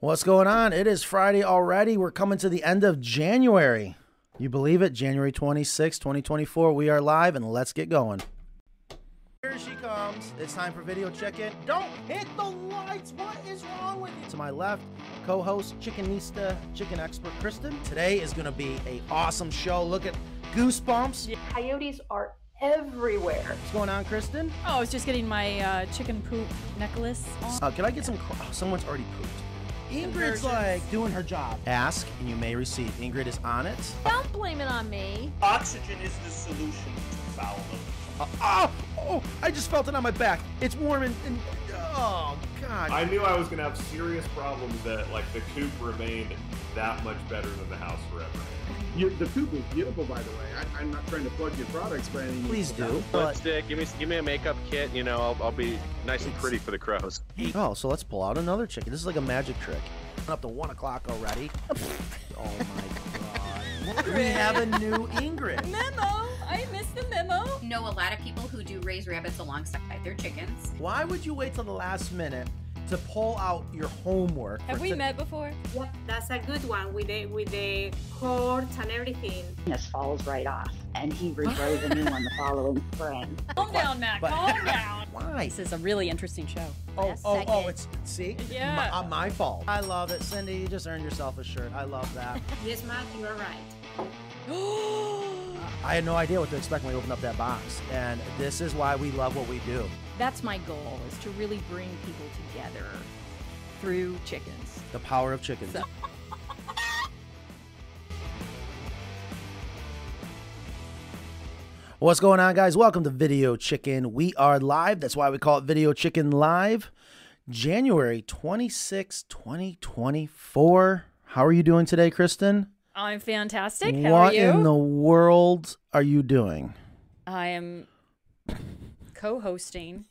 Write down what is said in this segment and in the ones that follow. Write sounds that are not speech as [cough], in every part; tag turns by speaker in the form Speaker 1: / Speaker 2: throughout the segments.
Speaker 1: What's going on? It is Friday already. We're coming to the end of January. You believe it? January 26, 2024. We are live and let's get going. Here she comes. It's time for video check in. Don't hit the lights. What is wrong with you? To my left, co host, chickenista, chicken expert Kristen. Today is going to be a awesome show. Look at goosebumps.
Speaker 2: Coyotes are everywhere.
Speaker 1: What's going on, Kristen?
Speaker 3: Oh, I was just getting my uh, chicken poop necklace on.
Speaker 1: Uh, can I get some? cr- Oh, someone's already pooped. Ingrid's
Speaker 3: Conversions.
Speaker 1: like doing her job. Ask and you may receive. Ingrid is on it.
Speaker 3: Don't blame it on me.
Speaker 4: Oxygen is the solution to foul odor.
Speaker 1: Uh, oh, oh, I just felt it on my back. It's warm and, and oh god.
Speaker 5: I knew I was gonna have serious problems that like the coop remained that much better than the house forever.
Speaker 6: You, the poop is beautiful, by the way. I, I'm not trying to plug your products by any means.
Speaker 1: Please do. But,
Speaker 7: lipstick. Give me give me a makeup kit. You know, I'll, I'll be nice and pretty for the crows.
Speaker 1: oh, so let's pull out another chicken. This is like a magic trick. Up to one o'clock
Speaker 3: [laughs]
Speaker 1: already. oh my god. We have a new Ingrid.
Speaker 3: Memo. I missed the memo.
Speaker 8: know a lot of people who do raise rabbits alongside their chickens.
Speaker 1: Why would you wait till the last minute to pull out your homework?
Speaker 3: Have
Speaker 1: for
Speaker 3: we
Speaker 1: to-
Speaker 3: met before?
Speaker 9: That's a good one with the with the cords and everything.
Speaker 10: This falls right off, and he regrows a new one the following spring.
Speaker 3: Calm down, Matt.
Speaker 1: But-
Speaker 3: [laughs] Calm down.
Speaker 1: Why?
Speaker 3: This is a really interesting show.
Speaker 1: Oh, oh, oh, it's see?
Speaker 3: Yeah.
Speaker 1: My, uh, my fault. I love it. Cindy, you just earned yourself a shirt. I love
Speaker 3: [laughs]
Speaker 1: that.
Speaker 8: Yes, Matt, you are right.
Speaker 1: I had no idea what to expect when we opened up that box. And this is why we love what we do.
Speaker 3: [gasps] That's my goal is to really bring people together through chickens.
Speaker 1: The power of chickens. [laughs] What's going on, guys? Welcome to Video Chicken. We are live. That's why we call it Video Chicken Live. January 26, 2024. How are you doing today, Kristen?
Speaker 3: I'm fantastic. How
Speaker 1: what
Speaker 3: are you?
Speaker 1: in the world are you doing?
Speaker 3: I am co-hosting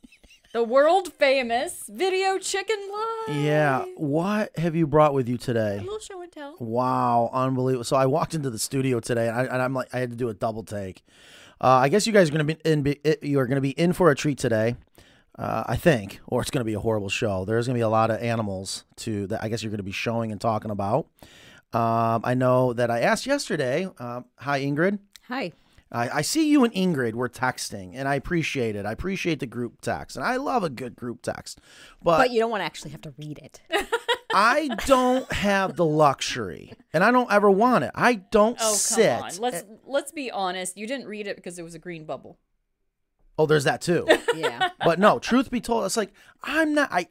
Speaker 3: the world famous Video Chicken Live.
Speaker 1: Yeah. What have you brought with you today?
Speaker 3: A little show and tell.
Speaker 1: Wow, unbelievable! So I walked into the studio today, and, I, and I'm like, I had to do a double take. Uh, I guess you guys are gonna be in. Be, it- you are gonna be in for a treat today, uh, I think, or it's gonna be a horrible show. There's gonna be a lot of animals to that. I guess you're gonna be showing and talking about. Um, I know that I asked yesterday. Um, hi, Ingrid.
Speaker 11: Hi.
Speaker 1: I, I see you and Ingrid were texting, and I appreciate it. I appreciate the group text, and I love a good group text. But,
Speaker 11: But you don't want to actually have to
Speaker 1: [laughs]
Speaker 11: read it.
Speaker 1: I don't have the luxury, and I don't ever want it. I don't
Speaker 3: Oh, come
Speaker 1: sit.
Speaker 3: on. Let's let's be honest. You didn't read it because it was a green bubble.
Speaker 1: oh, there's that too.
Speaker 11: Yeah.
Speaker 1: but no, truth be told, it's like I'm not. I.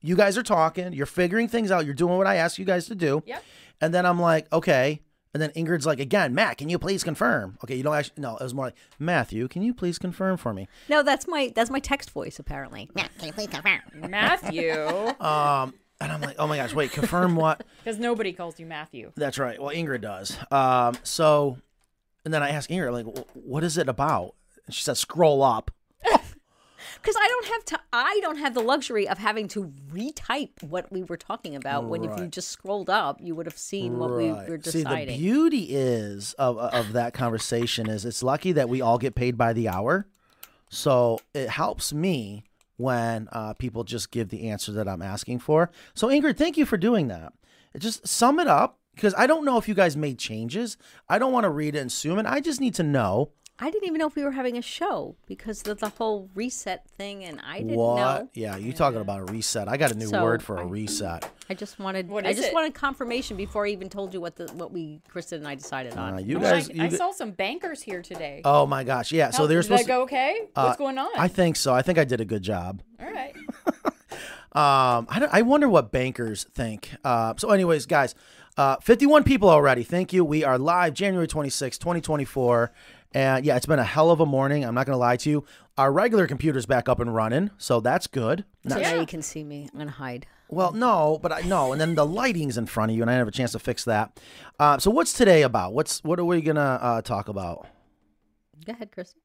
Speaker 1: You guys are talking. You're figuring things out. You're doing what I ask you guys to do.
Speaker 3: Yep.
Speaker 1: And then I'm like, okay. And then Ingrid's like, again, Matt, can you please confirm? Okay, you don't actually. No, it was more like Matthew. Can you please confirm for me?
Speaker 11: No, that's my that's my text voice apparently.
Speaker 10: Matt, can you please confirm?
Speaker 3: Matthew,
Speaker 1: Um, and I'm like, oh my gosh, wait, confirm what?
Speaker 3: because nobody calls you Matthew.
Speaker 1: That's right. Well, Ingrid does. Um, so, and then I ask Ingrid, like, "Wh- what is it about? And she says, scroll up.
Speaker 11: Because I don't have to I don't have the luxury of having to retype what we were talking about when if you
Speaker 1: Right.
Speaker 11: just scrolled up, you would have seen what we were
Speaker 1: Right. See, the
Speaker 11: deciding.
Speaker 1: beauty is of of that conversation is it's lucky that we all get paid by the hour, so it helps me when uh, people just give the answer that I'm asking for. So Ingrid, thank you for doing that. Just sum it up because I don't know if you guys made changes. I don't want to read it and assume it. I just need to know
Speaker 11: I didn't even know if we were having a show because of the whole reset thing and I didn't
Speaker 1: what.
Speaker 11: know.
Speaker 1: Yeah, you talking about a reset? I got a new
Speaker 11: So,
Speaker 1: word for a
Speaker 11: I-
Speaker 1: reset.
Speaker 11: I just wanted
Speaker 3: What
Speaker 11: I
Speaker 3: is
Speaker 11: just
Speaker 3: it?
Speaker 11: wanted confirmation before I even told you what the what we Kristen and I decided on.
Speaker 1: Uh, you
Speaker 3: Oh,
Speaker 1: guys,
Speaker 3: I,
Speaker 1: you
Speaker 3: I
Speaker 1: g-
Speaker 3: saw some bankers here today.
Speaker 1: Oh my gosh! Yeah, so
Speaker 3: How-
Speaker 1: they're
Speaker 3: did
Speaker 1: supposed
Speaker 3: that go okay?
Speaker 1: to. uh,
Speaker 3: What's going on?
Speaker 1: I think so. I think I did a good job.
Speaker 3: All right.
Speaker 1: Um, I, don't- I wonder what bankers think. Uh, so, anyways, guys, uh, 51 people already. Thank you. We are live January 26, 2024. And yeah, it's been a hell of a morning. I'm not going to lie to you. Our regular computer's back up and running, so that's good.
Speaker 11: so
Speaker 1: Not-
Speaker 11: now you can see me. I'm gonna hide.
Speaker 1: Well, no, but I no. And then the lighting's in front of you, and I didn't have a chance to fix that. Uh, so, what's today about? What's What are we going to uh, talk about?
Speaker 11: Go ahead, Kristen.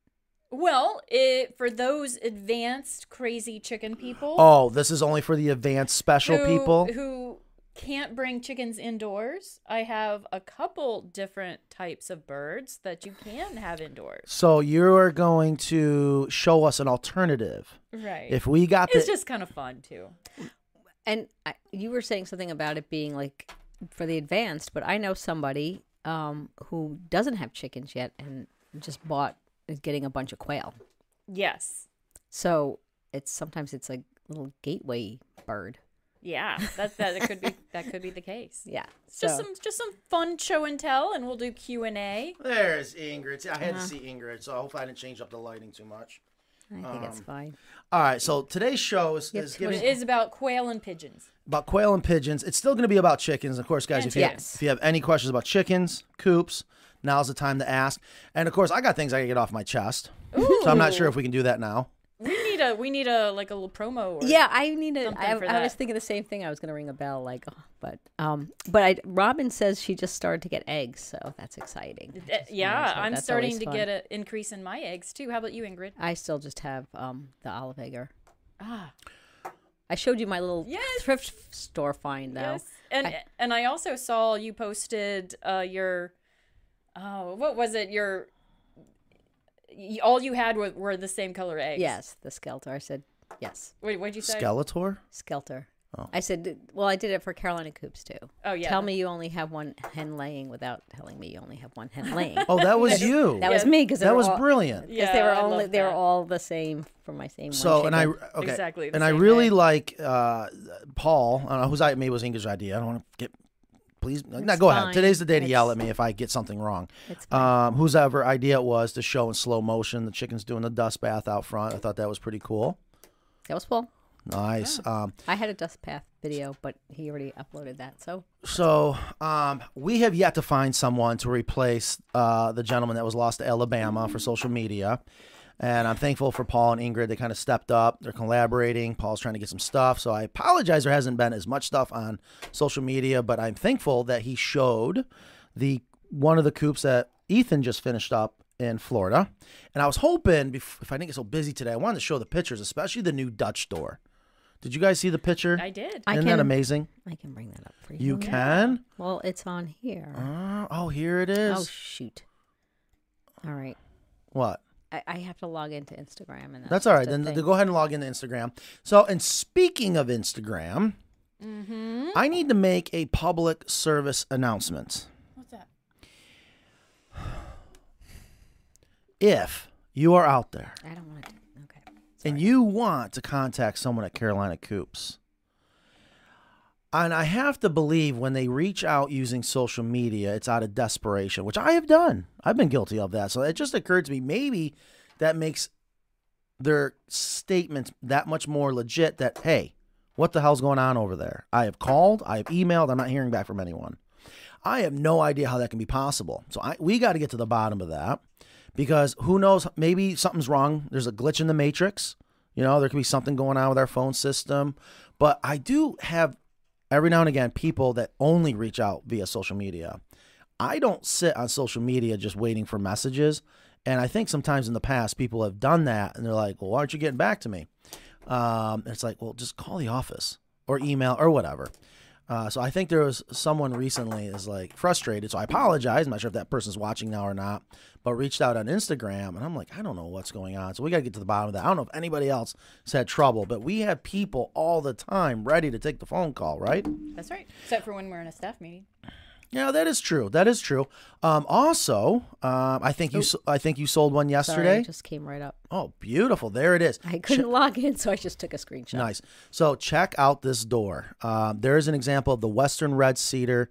Speaker 3: Well, it, for those advanced crazy chicken people,
Speaker 1: Oh, this is only for the advanced special
Speaker 3: who,
Speaker 1: people.
Speaker 3: who can't bring chickens indoors, I have a couple different types of birds that you can have indoors.
Speaker 1: So, you're going to show us an alternative.
Speaker 3: Right.
Speaker 1: If we got the.
Speaker 3: it's just kind of fun too.
Speaker 11: And I, you were saying something about it being like for the advanced, but I know somebody um, who doesn't have chickens yet and just bought is getting a bunch of quail.
Speaker 3: Yes.
Speaker 11: So it's sometimes it's like little gateway bird.
Speaker 3: Yeah. That that it could be that could be the case.
Speaker 1: [laughs]
Speaker 11: Yeah.
Speaker 3: It's Just
Speaker 11: so-
Speaker 3: some just some fun show and tell and we'll do Q and A.
Speaker 1: There's Ingrid. I had to see Ingrid, so hopefully I didn't change up the lighting too much.
Speaker 11: I think it's
Speaker 1: um,
Speaker 11: fine.
Speaker 1: All right, so today's show is, is
Speaker 3: It
Speaker 1: giving
Speaker 3: is about quail and pigeons.
Speaker 1: about quail and pigeons. It's still going to be about chickens, of course, guys.
Speaker 3: And
Speaker 1: If you,
Speaker 11: chickens.
Speaker 1: if you have any questions about chickens, coops, now's the time to ask. And of course, I got things I can get off my chest, so I'm not sure if we can do that now.
Speaker 3: We need a we need a like a little promo or
Speaker 11: Yeah, I need to.
Speaker 3: something
Speaker 11: I,
Speaker 3: for
Speaker 11: I was
Speaker 3: that.
Speaker 11: thinking the same thing. I was going to ring a bell, like, oh, but um, but I, Robin says she just started to get eggs, so that's exciting. I
Speaker 3: Uh,
Speaker 11: just
Speaker 3: yeah,
Speaker 11: realized that.
Speaker 3: I'm
Speaker 11: That's
Speaker 3: starting
Speaker 11: always
Speaker 3: to
Speaker 11: fun.
Speaker 3: get an increase in my eggs too. How about you, Ingrid?
Speaker 11: I still just have um the olive egger.
Speaker 3: Ah,
Speaker 11: I showed you my little
Speaker 3: Yes.
Speaker 11: thrift store find though.
Speaker 3: yes. And
Speaker 11: I-
Speaker 3: and I also saw you posted uh, your oh what was it your y- all you had were, were the same color eggs.
Speaker 11: Yes, the skelter. I said yes,
Speaker 3: Wait, what'd you say?
Speaker 1: Skeletor.
Speaker 11: skelter.
Speaker 1: Oh.
Speaker 11: I said, well, I did it for Carolina Coops too.
Speaker 3: Oh yeah.
Speaker 11: Tell me you only have one hen laying without telling me you only have one
Speaker 1: [laughs]
Speaker 11: hen laying.
Speaker 1: Oh, that
Speaker 11: [laughs]
Speaker 1: was you.
Speaker 11: That was me because
Speaker 1: That was
Speaker 11: all,
Speaker 1: brilliant.
Speaker 11: because they
Speaker 3: Yeah,
Speaker 11: were
Speaker 3: I
Speaker 11: only
Speaker 3: love
Speaker 11: they were
Speaker 3: that.
Speaker 11: all the same from my same. one
Speaker 1: So and I
Speaker 11: chicken.
Speaker 1: okay
Speaker 3: Exactly the
Speaker 1: and I
Speaker 3: same
Speaker 1: really
Speaker 3: egg.
Speaker 1: like uh, Paul. I don't know whose I maybe it was Ingrid's idea. I don't want to get please. no, go ahead.
Speaker 11: fine.
Speaker 1: Today's the day to yell at
Speaker 11: It's-
Speaker 1: me if I get something wrong.
Speaker 11: It's fine.
Speaker 1: Um, whosever idea it was to show in slow motion the chickens doing the dust bath out front. I thought that was pretty cool.
Speaker 11: that was Paul.
Speaker 1: Nice. Um,
Speaker 11: I had a dust path video, but he already uploaded that. So
Speaker 1: so um, we have yet to find someone to replace uh, the gentleman that was lost to Alabama for social media. And I'm thankful for Paul and Ingrid. They kind of stepped up. They're collaborating. Paul's trying to get some stuff. So I apologize there hasn't been as much stuff on social media, but I'm thankful that he showed the one of the coops that Ethan just finished up in Florida. And I was hoping, bef- if I didn't get so busy today, I wanted to show the pictures, especially the new Dutch door. Did you guys see the picture?
Speaker 3: I did.
Speaker 11: I
Speaker 1: Isn't that
Speaker 11: can-
Speaker 1: amazing?
Speaker 11: I can bring that up for you.
Speaker 1: You can?
Speaker 11: Well, it's on here.
Speaker 1: Uh, oh, here it
Speaker 11: Oh
Speaker 1: is.
Speaker 11: shoot! All right,
Speaker 1: what?
Speaker 11: I, I have to log into Instagram and
Speaker 1: That's all right.
Speaker 11: just a
Speaker 1: Then
Speaker 11: thing.
Speaker 1: go ahead and log into Instagram. So, and speaking of Instagram,
Speaker 11: Mm-hmm.
Speaker 1: I need to make a public service announcement.
Speaker 3: What's that?
Speaker 1: If you are out there
Speaker 11: I don't want to. do- Okay.
Speaker 1: and you want to contact someone at Carolina Coops, and I have to believe when they reach out using social media, it's out of desperation, which I have done. I've been guilty of that. So it just occurred to me maybe that makes their statements that much more legit that, hey, what the hell's going on over there? I have called, I have emailed, I'm not hearing back from anyone. I have no idea how that can be possible. So I, we got to get to the bottom of that because who knows? Maybe something's wrong. There's a glitch in the matrix. You know, there could be something going on with our phone system. But I do have every now and again people that only reach out via social media. I don't sit on social media just waiting for messages. And I think sometimes in the past, people have done that and they're like, well, why aren't you getting back to me? Um, it's like, well, just call the office or email or whatever. Uh, so I think there was someone recently is like frustrated. So I apologize. I'm not sure if that person's watching now or not, but reached out on Instagram and I'm like, I don't know what's going on. So we got to get to the bottom of that. I don't know if anybody else has had trouble, but we have people all the time ready to take the phone call, right?
Speaker 3: That's right. Except for when we're in a staff meeting.
Speaker 1: Yeah, that is true. That is true. Um, also, um, I think you s I think you sold one
Speaker 11: Oh. Sorry,
Speaker 1: yesterday.
Speaker 11: it just came right up.
Speaker 1: Oh, beautiful. There it is.
Speaker 11: I couldn't [laughs] log in, so I just took a screenshot.
Speaker 1: Nice. So check out this door. Um, there is an example of the Western Red Cedar.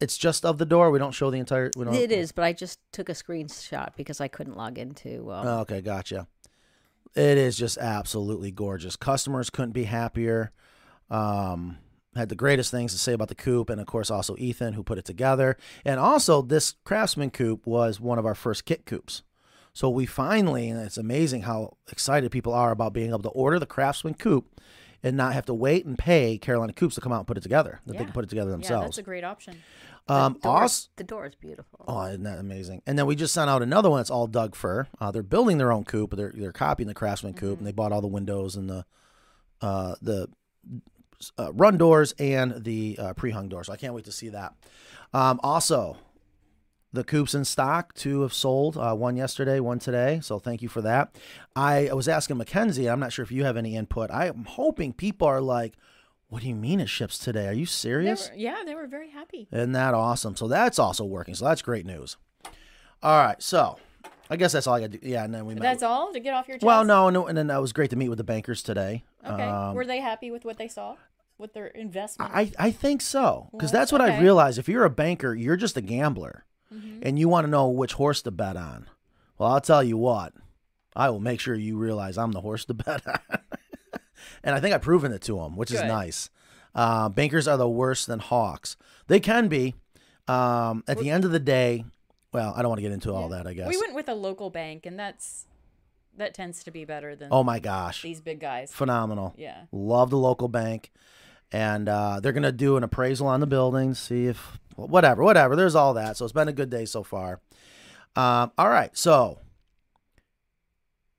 Speaker 1: It's just of the door. We don't show the entire. We don't.
Speaker 11: It is, but I just took a screenshot because I couldn't log into. Um,
Speaker 1: Oh, okay, gotcha. It is just absolutely gorgeous. Customers couldn't be happier. Um, had the greatest things to say about the coop, and of course, also Ethan who put it together. And also, this Craftsman coop was one of our first kit coops. So we finally, and it's amazing how excited people are about being able to order the Craftsman coop and not have to wait and pay Carolina Coops to come out and put it together. That they can
Speaker 3: Yeah.
Speaker 1: put it together
Speaker 3: Yeah, that's
Speaker 1: themselves.
Speaker 3: a great option.
Speaker 1: um,
Speaker 11: door-
Speaker 1: also,
Speaker 11: the door is beautiful.
Speaker 1: Oh, isn't that amazing? And then we just sent out another one that's all Doug fir. Uh, they're building their own coop. They're they're copying the Craftsman coop, and they bought all the windows and the uh, the uh, run doors and the uh, pre-hung doors. So I can't wait to see that. Um, also, the coupes in stock. Two have sold. Uh, one yesterday, one today. So thank you for that. I, I was asking Mackenzie. I'm not sure if you have any input. I am hoping people are like, What do you mean it ships today? Are you
Speaker 3: They
Speaker 1: serious?
Speaker 3: were- yeah, they were very happy.
Speaker 1: Isn't that awesome? So that's also working. So that's great news. All right. So I guess that's all I got to do. Yeah. And then we met.
Speaker 3: That's all to get off your chest.
Speaker 1: Well, no, no. And then it was great to meet with the bankers today.
Speaker 3: Okay.
Speaker 1: Um,
Speaker 3: were they happy with what they saw? With their investment?
Speaker 1: I, I think so. Because that's what I
Speaker 3: okay. Mm-hmm.
Speaker 1: realized. If you're a banker, you're just a gambler and you want to know which horse to bet on. Well, I'll tell you what, I will make sure you realize I'm the horse to [laughs] bet on. and I think I've proven it to them, which is
Speaker 3: Good.
Speaker 1: nice. Uh, bankers are the worst than hawks. They can be. Um, at the end of the day, well, I don't want to get into all that, I guess.
Speaker 3: We went with a local bank, and that's that tends to be better than.
Speaker 1: Oh my gosh.
Speaker 3: These big guys.
Speaker 1: Phenomenal.
Speaker 3: Yeah.
Speaker 1: Love the local bank. And uh, they're going to do an appraisal on the building, see if whatever, whatever. There's all that. So it's been a good day so far. Um, all right. So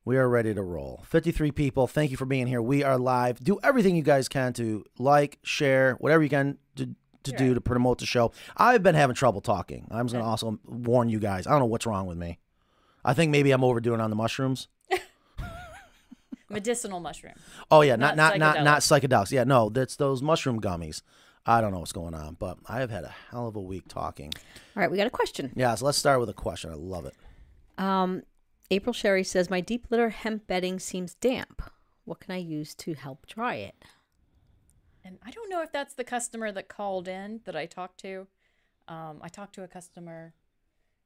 Speaker 1: we are ready to roll. 53 people. Thank you for being here. We are live. Do everything you guys can to like, share, whatever you can to, to do to promote the show. I've been having trouble talking. I'm just going to also warn you guys. I don't know what's wrong with me. I think maybe I'm overdoing it on the mushrooms.
Speaker 3: Medicinal mushroom.
Speaker 1: Oh yeah, not not
Speaker 3: Not
Speaker 1: not, not psychedelics. Yeah, no, that's those mushroom gummies. I don't know what's going on, but I have had a hell of a week talking.
Speaker 11: All right, we got a question.
Speaker 1: Yeah, so let's start with a question. I love it.
Speaker 11: Um, April Sherry says, My deep litter hemp bedding seems damp. What can I use to help dry it?
Speaker 3: And I don't know if that's the customer that called in that I talked to. Um, I talked to a customer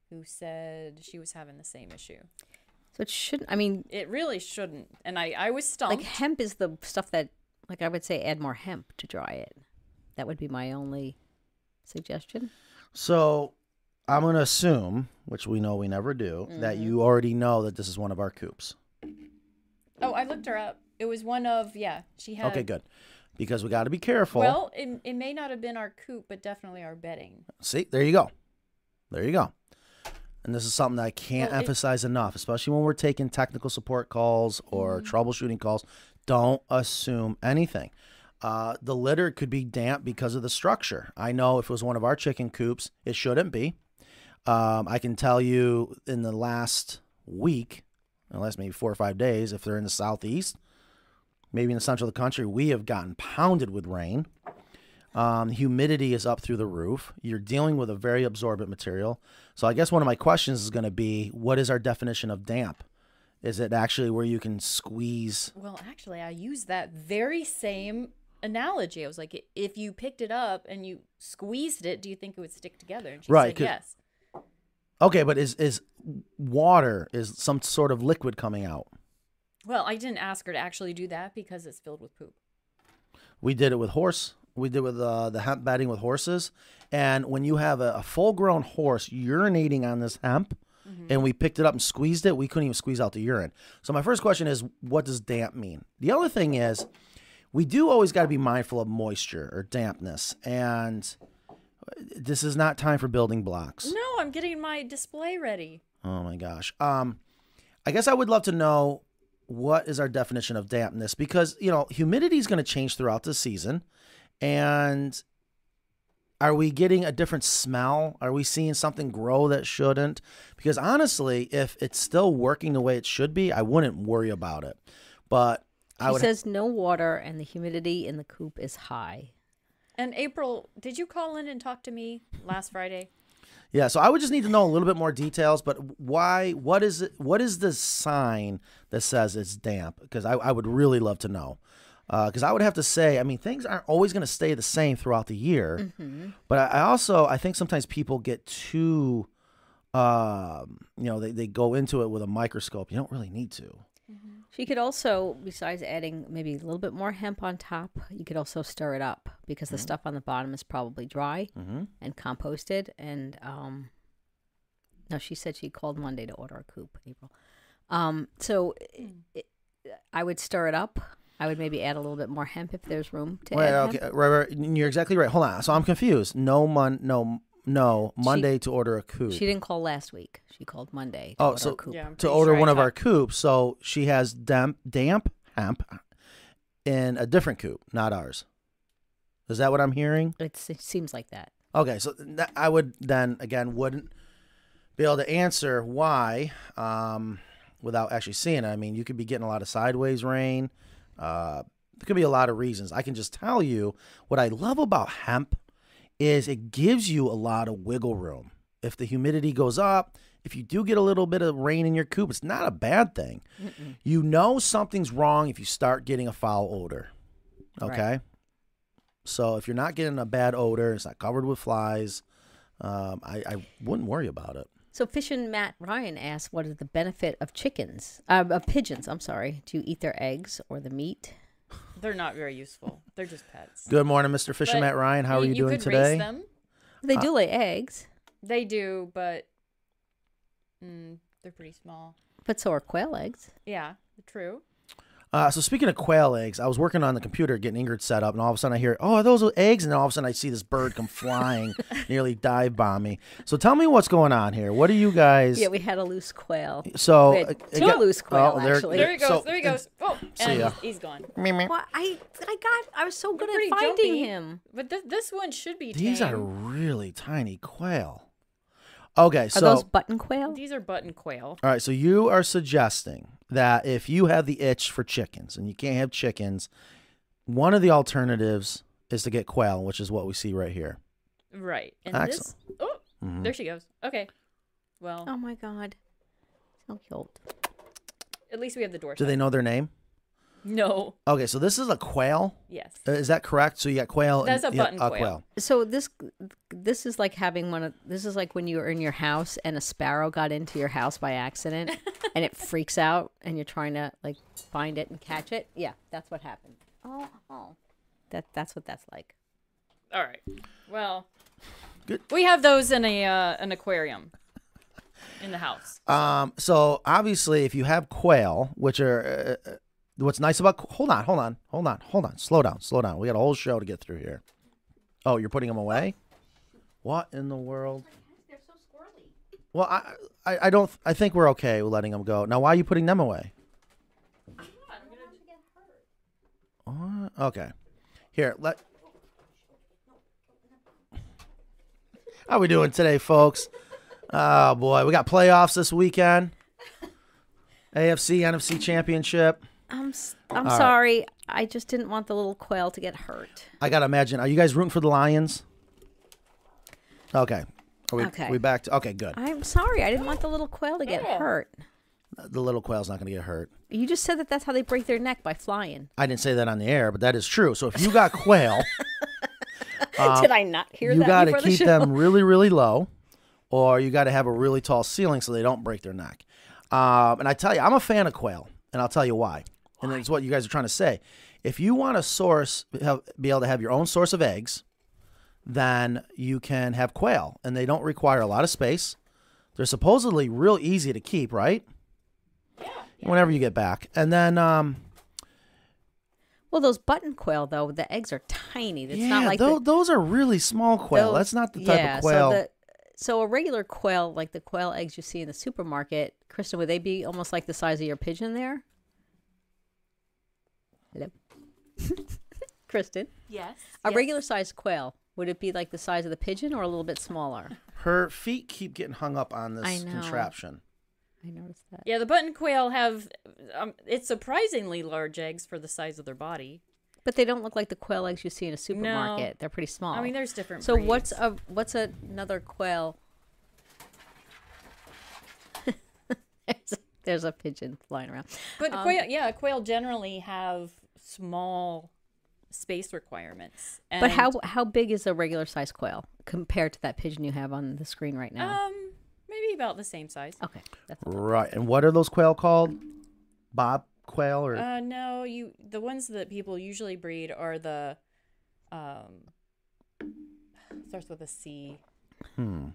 Speaker 3: who said she was having the same issue.
Speaker 11: So it shouldn't, I mean,
Speaker 3: It really shouldn't. And I, I was stumped.
Speaker 11: like hemp is the stuff that, like, I would say add more hemp to dry it. That would be my only suggestion.
Speaker 1: So I'm gonna assume, which we know we never do, that
Speaker 3: Mm-hmm.
Speaker 1: you already know that this is one of our coops.
Speaker 3: oh, I looked her up. It was one of, yeah, she had.
Speaker 1: Okay, good, because we got to be careful.
Speaker 3: Well, it, it may not have been our coop, but definitely our bedding.
Speaker 1: See, there you go, there you go. And this is something that I can't
Speaker 3: Well, it-
Speaker 1: emphasize enough, especially when we're taking technical support calls or troubleshooting calls. Don't assume anything. Uh, the litter could be damp because of the structure. I know if it was one of our chicken coops, it shouldn't be. Um, I can tell you in the last week, in the last maybe four or five days, if they're in the southeast, maybe in the central of the country, we have gotten pounded with rain. Um, humidity is up through the roof. You're dealing with a very absorbent material. So I guess one of my questions is going to be, what is our definition of damp? Is it actually where you can squeeze?
Speaker 3: Well, actually, I used that very same analogy. I was like, "I- if you picked it up and you squeezed it, do you think it would stick together? And she
Speaker 1: Right,
Speaker 3: said
Speaker 1: 'cause-
Speaker 3: yes.
Speaker 1: Okay, but is is water is some sort of liquid coming out?
Speaker 3: Well, I didn't ask her to actually do that because it's filled with poop.
Speaker 1: We did it with horse. We did with uh, the hemp batting with horses. And when you have a, a full grown horse urinating on this hemp, and we picked it up and squeezed it, we couldn't even squeeze out the urine. So my first question is, what does damp mean? The other thing is, we do always got to be mindful of moisture or dampness, and this is not time for building blocks.
Speaker 3: No, I'm getting my display ready.
Speaker 1: Oh my gosh. Um, I guess I would love to know what is our definition of dampness because you know humidity is going to change throughout the season, and are we getting a different smell? Are we seeing something grow that shouldn't? Because honestly, if it's still working the way it should be, I wouldn't worry about it. But I
Speaker 11: She
Speaker 1: would.
Speaker 11: says no water and the humidity in the coop is high.
Speaker 3: And April, did you call in and talk to me last Friday?
Speaker 1: Yeah, so I would just need to know a little bit more details, but why? What is it? What is the sign that says it's damp? Because I, I would really love to know. Because I would have to say, I mean, things aren't always going to stay the same throughout the year.
Speaker 11: Mm-hmm.
Speaker 1: But I, I also I think sometimes people get too, um, you know, they, they go into it with a microscope. You don't really need to.
Speaker 11: She could also, besides adding maybe a little bit more hemp on top, you could also stir it up because
Speaker 1: Mm-hmm.
Speaker 11: the stuff on the bottom is probably dry and composted. And um, no, she said she called Monday to order a coop, April. Um, so i it, I would stir it up. I would maybe add a little bit more hemp if there's room to
Speaker 1: Wait,
Speaker 11: add
Speaker 1: okay,
Speaker 11: hemp.
Speaker 1: right, right. You're exactly right. Hold on. So I'm confused. No mon, no, no.
Speaker 11: She-
Speaker 1: Monday to order a coup.
Speaker 11: She didn't call last week. She called Monday. To
Speaker 1: Oh,
Speaker 11: order a
Speaker 1: so
Speaker 11: coop.
Speaker 3: Yeah,
Speaker 1: to
Speaker 3: I'm pretty
Speaker 1: order
Speaker 3: sure I
Speaker 1: one of our
Speaker 3: talked-
Speaker 1: coops. So she has damp, damp hemp in a different coop, not ours. Is that what I'm hearing?
Speaker 11: It's, it seems like that.
Speaker 1: Okay, so th- I would then again wouldn't be able to answer why um, without actually seeing it. I mean, you could be getting a lot of sideways rain. Uh, There could be a lot of reasons. I can just tell you what I love about hemp is it gives you a lot of wiggle room. If the humidity goes up, if you do get a little bit of rain in your coop, it's not a bad thing. You know something's wrong if you start getting a foul odor.
Speaker 11: Right.
Speaker 1: Okay? So if you're not getting a bad odor, it's not covered with flies, um, I, I wouldn't worry about it.
Speaker 11: So Fishing Matt Ryan asked, "What is the benefit of chickens? Uh, of pigeons? I'm sorry. Do you eat their eggs or the meat?
Speaker 3: They're not very useful. They're just pets.
Speaker 1: Good morning, Mr. Fisher
Speaker 3: But
Speaker 1: Matt Ryan. How are
Speaker 3: y-
Speaker 1: you, doing
Speaker 3: could
Speaker 1: today?
Speaker 3: Raise them.
Speaker 11: They
Speaker 1: Uh,
Speaker 11: do lay eggs,
Speaker 3: They do, but mm, they're pretty small.
Speaker 11: but so are quail eggs.
Speaker 3: Yeah, true.
Speaker 1: Uh, so speaking of quail eggs, I was working on the computer getting Ingrid set up, and all of a sudden I hear, "Oh, are those eggs?" And then all of a sudden I see this bird come flying, nearly dive bomb me. So tell me what's going on here. What are you guys?
Speaker 11: Yeah, we had a loose quail.
Speaker 1: so
Speaker 11: We had
Speaker 1: uh, it
Speaker 11: two
Speaker 1: got-
Speaker 11: loose quail
Speaker 1: oh,
Speaker 11: actually.
Speaker 3: There he goes.
Speaker 1: so-
Speaker 3: there he goes. Oh,
Speaker 1: so
Speaker 3: and
Speaker 1: yeah.
Speaker 3: he's- he's gone.
Speaker 1: Meh, meh.
Speaker 11: Well, I I got I was so good
Speaker 3: pretty
Speaker 11: at finding
Speaker 3: jumpy.
Speaker 11: him.
Speaker 3: But th- this one should be.
Speaker 1: These are
Speaker 3: tame.
Speaker 1: really tiny quail. Okay,
Speaker 11: Are
Speaker 1: so
Speaker 11: those button quail?
Speaker 3: These are button quail.
Speaker 1: all right, so you are suggesting that if you have the itch for chickens and you can't have chickens, one of the alternatives is to get quail, which is what we see right here.
Speaker 3: Right. And
Speaker 1: Excellent.
Speaker 3: this. Oh,
Speaker 1: Mhm.
Speaker 3: there she goes. Okay. Well,
Speaker 11: Oh my god, so cute.
Speaker 3: at least we have the door.
Speaker 1: Do they know their name?
Speaker 3: No.
Speaker 1: Okay, so this is a quail.
Speaker 3: Yes.
Speaker 1: Uh, Is that correct? So you got quail.
Speaker 3: That's
Speaker 1: and,
Speaker 3: a
Speaker 1: yeah,
Speaker 3: button quail.
Speaker 11: So this this is like having one of this is like when you were in your house and a sparrow got into your house by [laughs] accident and it freaks out and you're trying to like find it and catch it. Yeah, that's what happened. Oh, oh. That that's what that's like.
Speaker 3: All right. Well.
Speaker 1: Good.
Speaker 3: We have those in a uh, an aquarium. In the house.
Speaker 1: Um, so obviously, if you have quail, which are uh, uh, what's nice about hold on, hold on, hold on, hold on, slow down, slow down. We got a whole show to get through here. Oh, you're putting them away. What in the world? Well, I, I, I don't. I think we're okay with letting them go. Now, why are you putting them away? Uh, okay. Here, let. How we doing today, folks? Oh boy, we got playoffs this weekend. AFC NFC Championship.
Speaker 11: I'm s- I'm sorry. I just didn't want the little quail to get hurt.
Speaker 1: I gotta imagine. Are you guys rooting for the Lions? Okay. Are we,
Speaker 11: Okay.
Speaker 1: we back to okay, good.
Speaker 11: I'm sorry. I didn't want the little quail to get hurt.
Speaker 1: The little quail's not gonna get hurt.
Speaker 11: You just said that that's how they break their neck by flying.
Speaker 1: I didn't say that on the air, but that is true. So if you
Speaker 11: [laughs]
Speaker 1: got quail,
Speaker 11: Did I not hear
Speaker 1: Uh, you
Speaker 11: that?
Speaker 1: gotta
Speaker 11: before the
Speaker 1: keep
Speaker 11: show?
Speaker 1: them really, really low, or you gotta have a really tall ceiling so they don't break their neck. Um, and I tell you, I'm a fan of quail, and I'll tell you why. And it's what you guys are trying to say. If you want a source, have, be able to have your own source of eggs, then you can have quail, and they don't require a lot of space. They're supposedly real easy to keep, right? Yeah. Whenever you get back, and then um,
Speaker 11: Well, those button quail though, the eggs are tiny. It's
Speaker 1: yeah,
Speaker 11: not like the-
Speaker 1: tho- those are really small quail.
Speaker 11: those-
Speaker 1: That's not the type
Speaker 11: yeah,
Speaker 1: of quail.
Speaker 11: So, the, so a regular quail, like the quail eggs you see in the supermarket, Kristen, would they be almost like the size of your pigeon there? Hello, [laughs] Kristen.
Speaker 3: Yes.
Speaker 11: A regular sized quail would it be like the size of the pigeon or a little bit smaller?
Speaker 1: Her feet keep getting hung up on
Speaker 11: I
Speaker 1: this
Speaker 11: know.
Speaker 1: contraption.
Speaker 11: I noticed that.
Speaker 3: Yeah, the button quail have um, it's surprisingly large eggs for the size of their body.
Speaker 11: But they don't look like the quail eggs you see in a supermarket. They're pretty small.
Speaker 3: I mean, there's different.
Speaker 11: So what's
Speaker 3: breeds.
Speaker 11: a what's another quail? [laughs] there's, a, there's a pigeon flying around. Um,
Speaker 3: but quail? Yeah, quail generally have small space requirements. And,
Speaker 11: but how how big is a regular size quail compared to that pigeon you have on the screen right now?
Speaker 3: Um, maybe about the same size.
Speaker 11: okay, that's
Speaker 1: Right. And what are those quail called? Bob quail or
Speaker 3: Uh, no, you the ones that people usually breed are the um starts with a C. Hmm.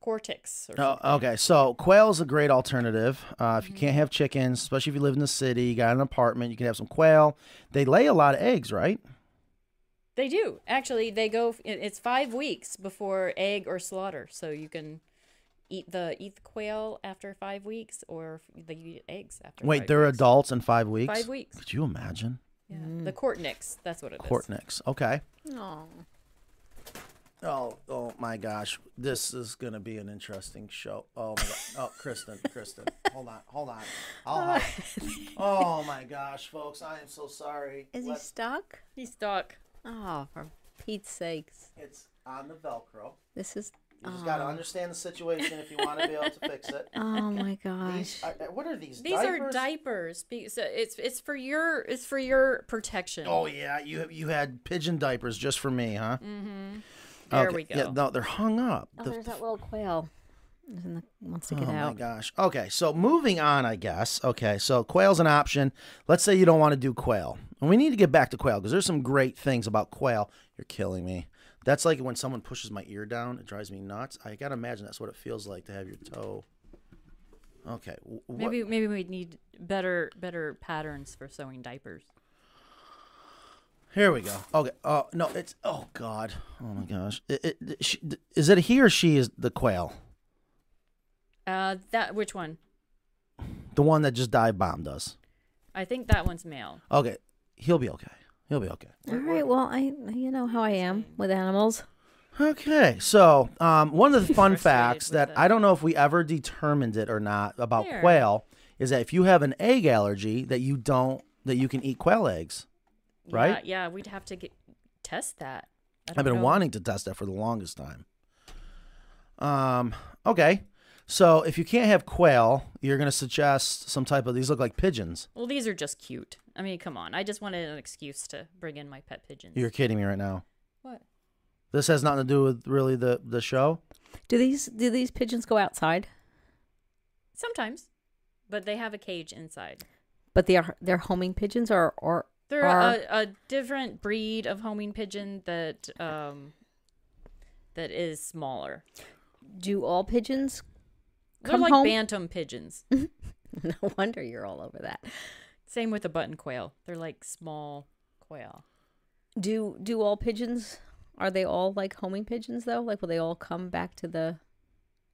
Speaker 3: cortex. Or something.
Speaker 1: Oh, okay. So quail is a great alternative. Uh, if you
Speaker 11: Mm-hmm.
Speaker 1: can't have chickens, especially if you live in the city, you got an apartment, you can have some quail. They lay a lot of eggs, right?
Speaker 3: They do actually. They go. it- It's five weeks before egg or slaughter, so you can eat the eat the quail after five weeks, or they eat eggs after.
Speaker 1: Wait,
Speaker 3: they
Speaker 1: they're adults in five weeks.
Speaker 3: Five weeks.
Speaker 1: Could you imagine?
Speaker 3: Yeah. The cortnix. That's what it is.
Speaker 1: Cortnix. Okay.
Speaker 11: all.
Speaker 1: Oh, oh my gosh. This is gonna be an interesting show. Oh my god. Oh, Kristen, [laughs] Kristen. Hold on. Hold on. I'll hide. oh my gosh, folks! I am so sorry.
Speaker 11: Is he
Speaker 1: Let-
Speaker 11: stuck?
Speaker 3: He's stuck.
Speaker 11: Oh, for Pete's sakes.
Speaker 1: It's on the Velcro.
Speaker 11: This is.
Speaker 1: You just got to
Speaker 11: Aw.
Speaker 1: understand the situation if you want to be able to fix it.
Speaker 11: [laughs] Oh my
Speaker 1: These,
Speaker 11: gosh.
Speaker 1: I- I- what are these?
Speaker 3: These are
Speaker 1: diapers?
Speaker 3: diapers. be- So it's it's for your it's for your protection.
Speaker 1: Oh yeah, you you had pigeon diapers just for me, huh?
Speaker 11: Mm-hmm.
Speaker 3: there
Speaker 1: Okay,
Speaker 3: we go.
Speaker 1: Yeah, no, they're hung up.
Speaker 11: Oh,
Speaker 1: The-
Speaker 11: there's that little quail. He's in the- wants to
Speaker 1: oh
Speaker 11: get
Speaker 1: my
Speaker 11: out.
Speaker 1: gosh. Okay, so moving on, I guess. Okay, so quail's an option. Let's say you don't want to do quail, and we need to get back to quail because there's some great things about quail. You're killing me. That's like when someone pushes my ear down; it drives me nuts. I gotta imagine that's what it feels like to have your toe. Okay, wh- what-
Speaker 3: Maybe maybe we need better better patterns for sewing diapers.
Speaker 1: Here we go. Okay. Oh no, it's oh god. Oh my gosh. It, it, it- she, th- is it he or she is the quail,
Speaker 3: Uh, that which one?
Speaker 1: the one that just dive bombed us?
Speaker 3: I think that one's male.
Speaker 1: Okay, he'll be okay. He'll be okay.
Speaker 11: All right. Well, I you know how I am with animals.
Speaker 1: Okay. So um, one
Speaker 3: [laughs]
Speaker 1: of the fun
Speaker 3: Frustrated
Speaker 1: facts
Speaker 3: with
Speaker 1: that
Speaker 3: it.
Speaker 1: I don't know if we ever determined it or not about
Speaker 3: There.
Speaker 1: quail is that if you have an egg allergy, that you don't that you can eat quail eggs. Right?
Speaker 3: Yeah, yeah we'd have to get, test that. I
Speaker 1: I've
Speaker 3: don't
Speaker 1: been
Speaker 3: know.
Speaker 1: wanting to test that for the longest time. Um, okay. So if you can't have quail, you're gonna suggest some type of these look like pigeons.
Speaker 3: Well, these are just cute. I mean, come on. I just wanted an excuse to bring in my pet pigeons.
Speaker 1: You're kidding me right now.
Speaker 3: What?
Speaker 1: This has nothing to do with really the the show.
Speaker 11: Do these do these pigeons go outside?
Speaker 3: Sometimes, but they have a cage inside.
Speaker 11: But they are they're homing pigeons or or
Speaker 3: They're uh,
Speaker 11: are,
Speaker 3: a, a different breed of homing pigeon that um that is smaller.
Speaker 11: do all pigeons? [laughs]
Speaker 3: They're
Speaker 11: Come
Speaker 3: like
Speaker 11: home-
Speaker 3: bantam pigeons.
Speaker 11: No wonder you're all over that.
Speaker 3: Same with the button quail. They're like small quail.
Speaker 11: Do do all pigeons? Are they all like homing pigeons though? Like will they all come back to the?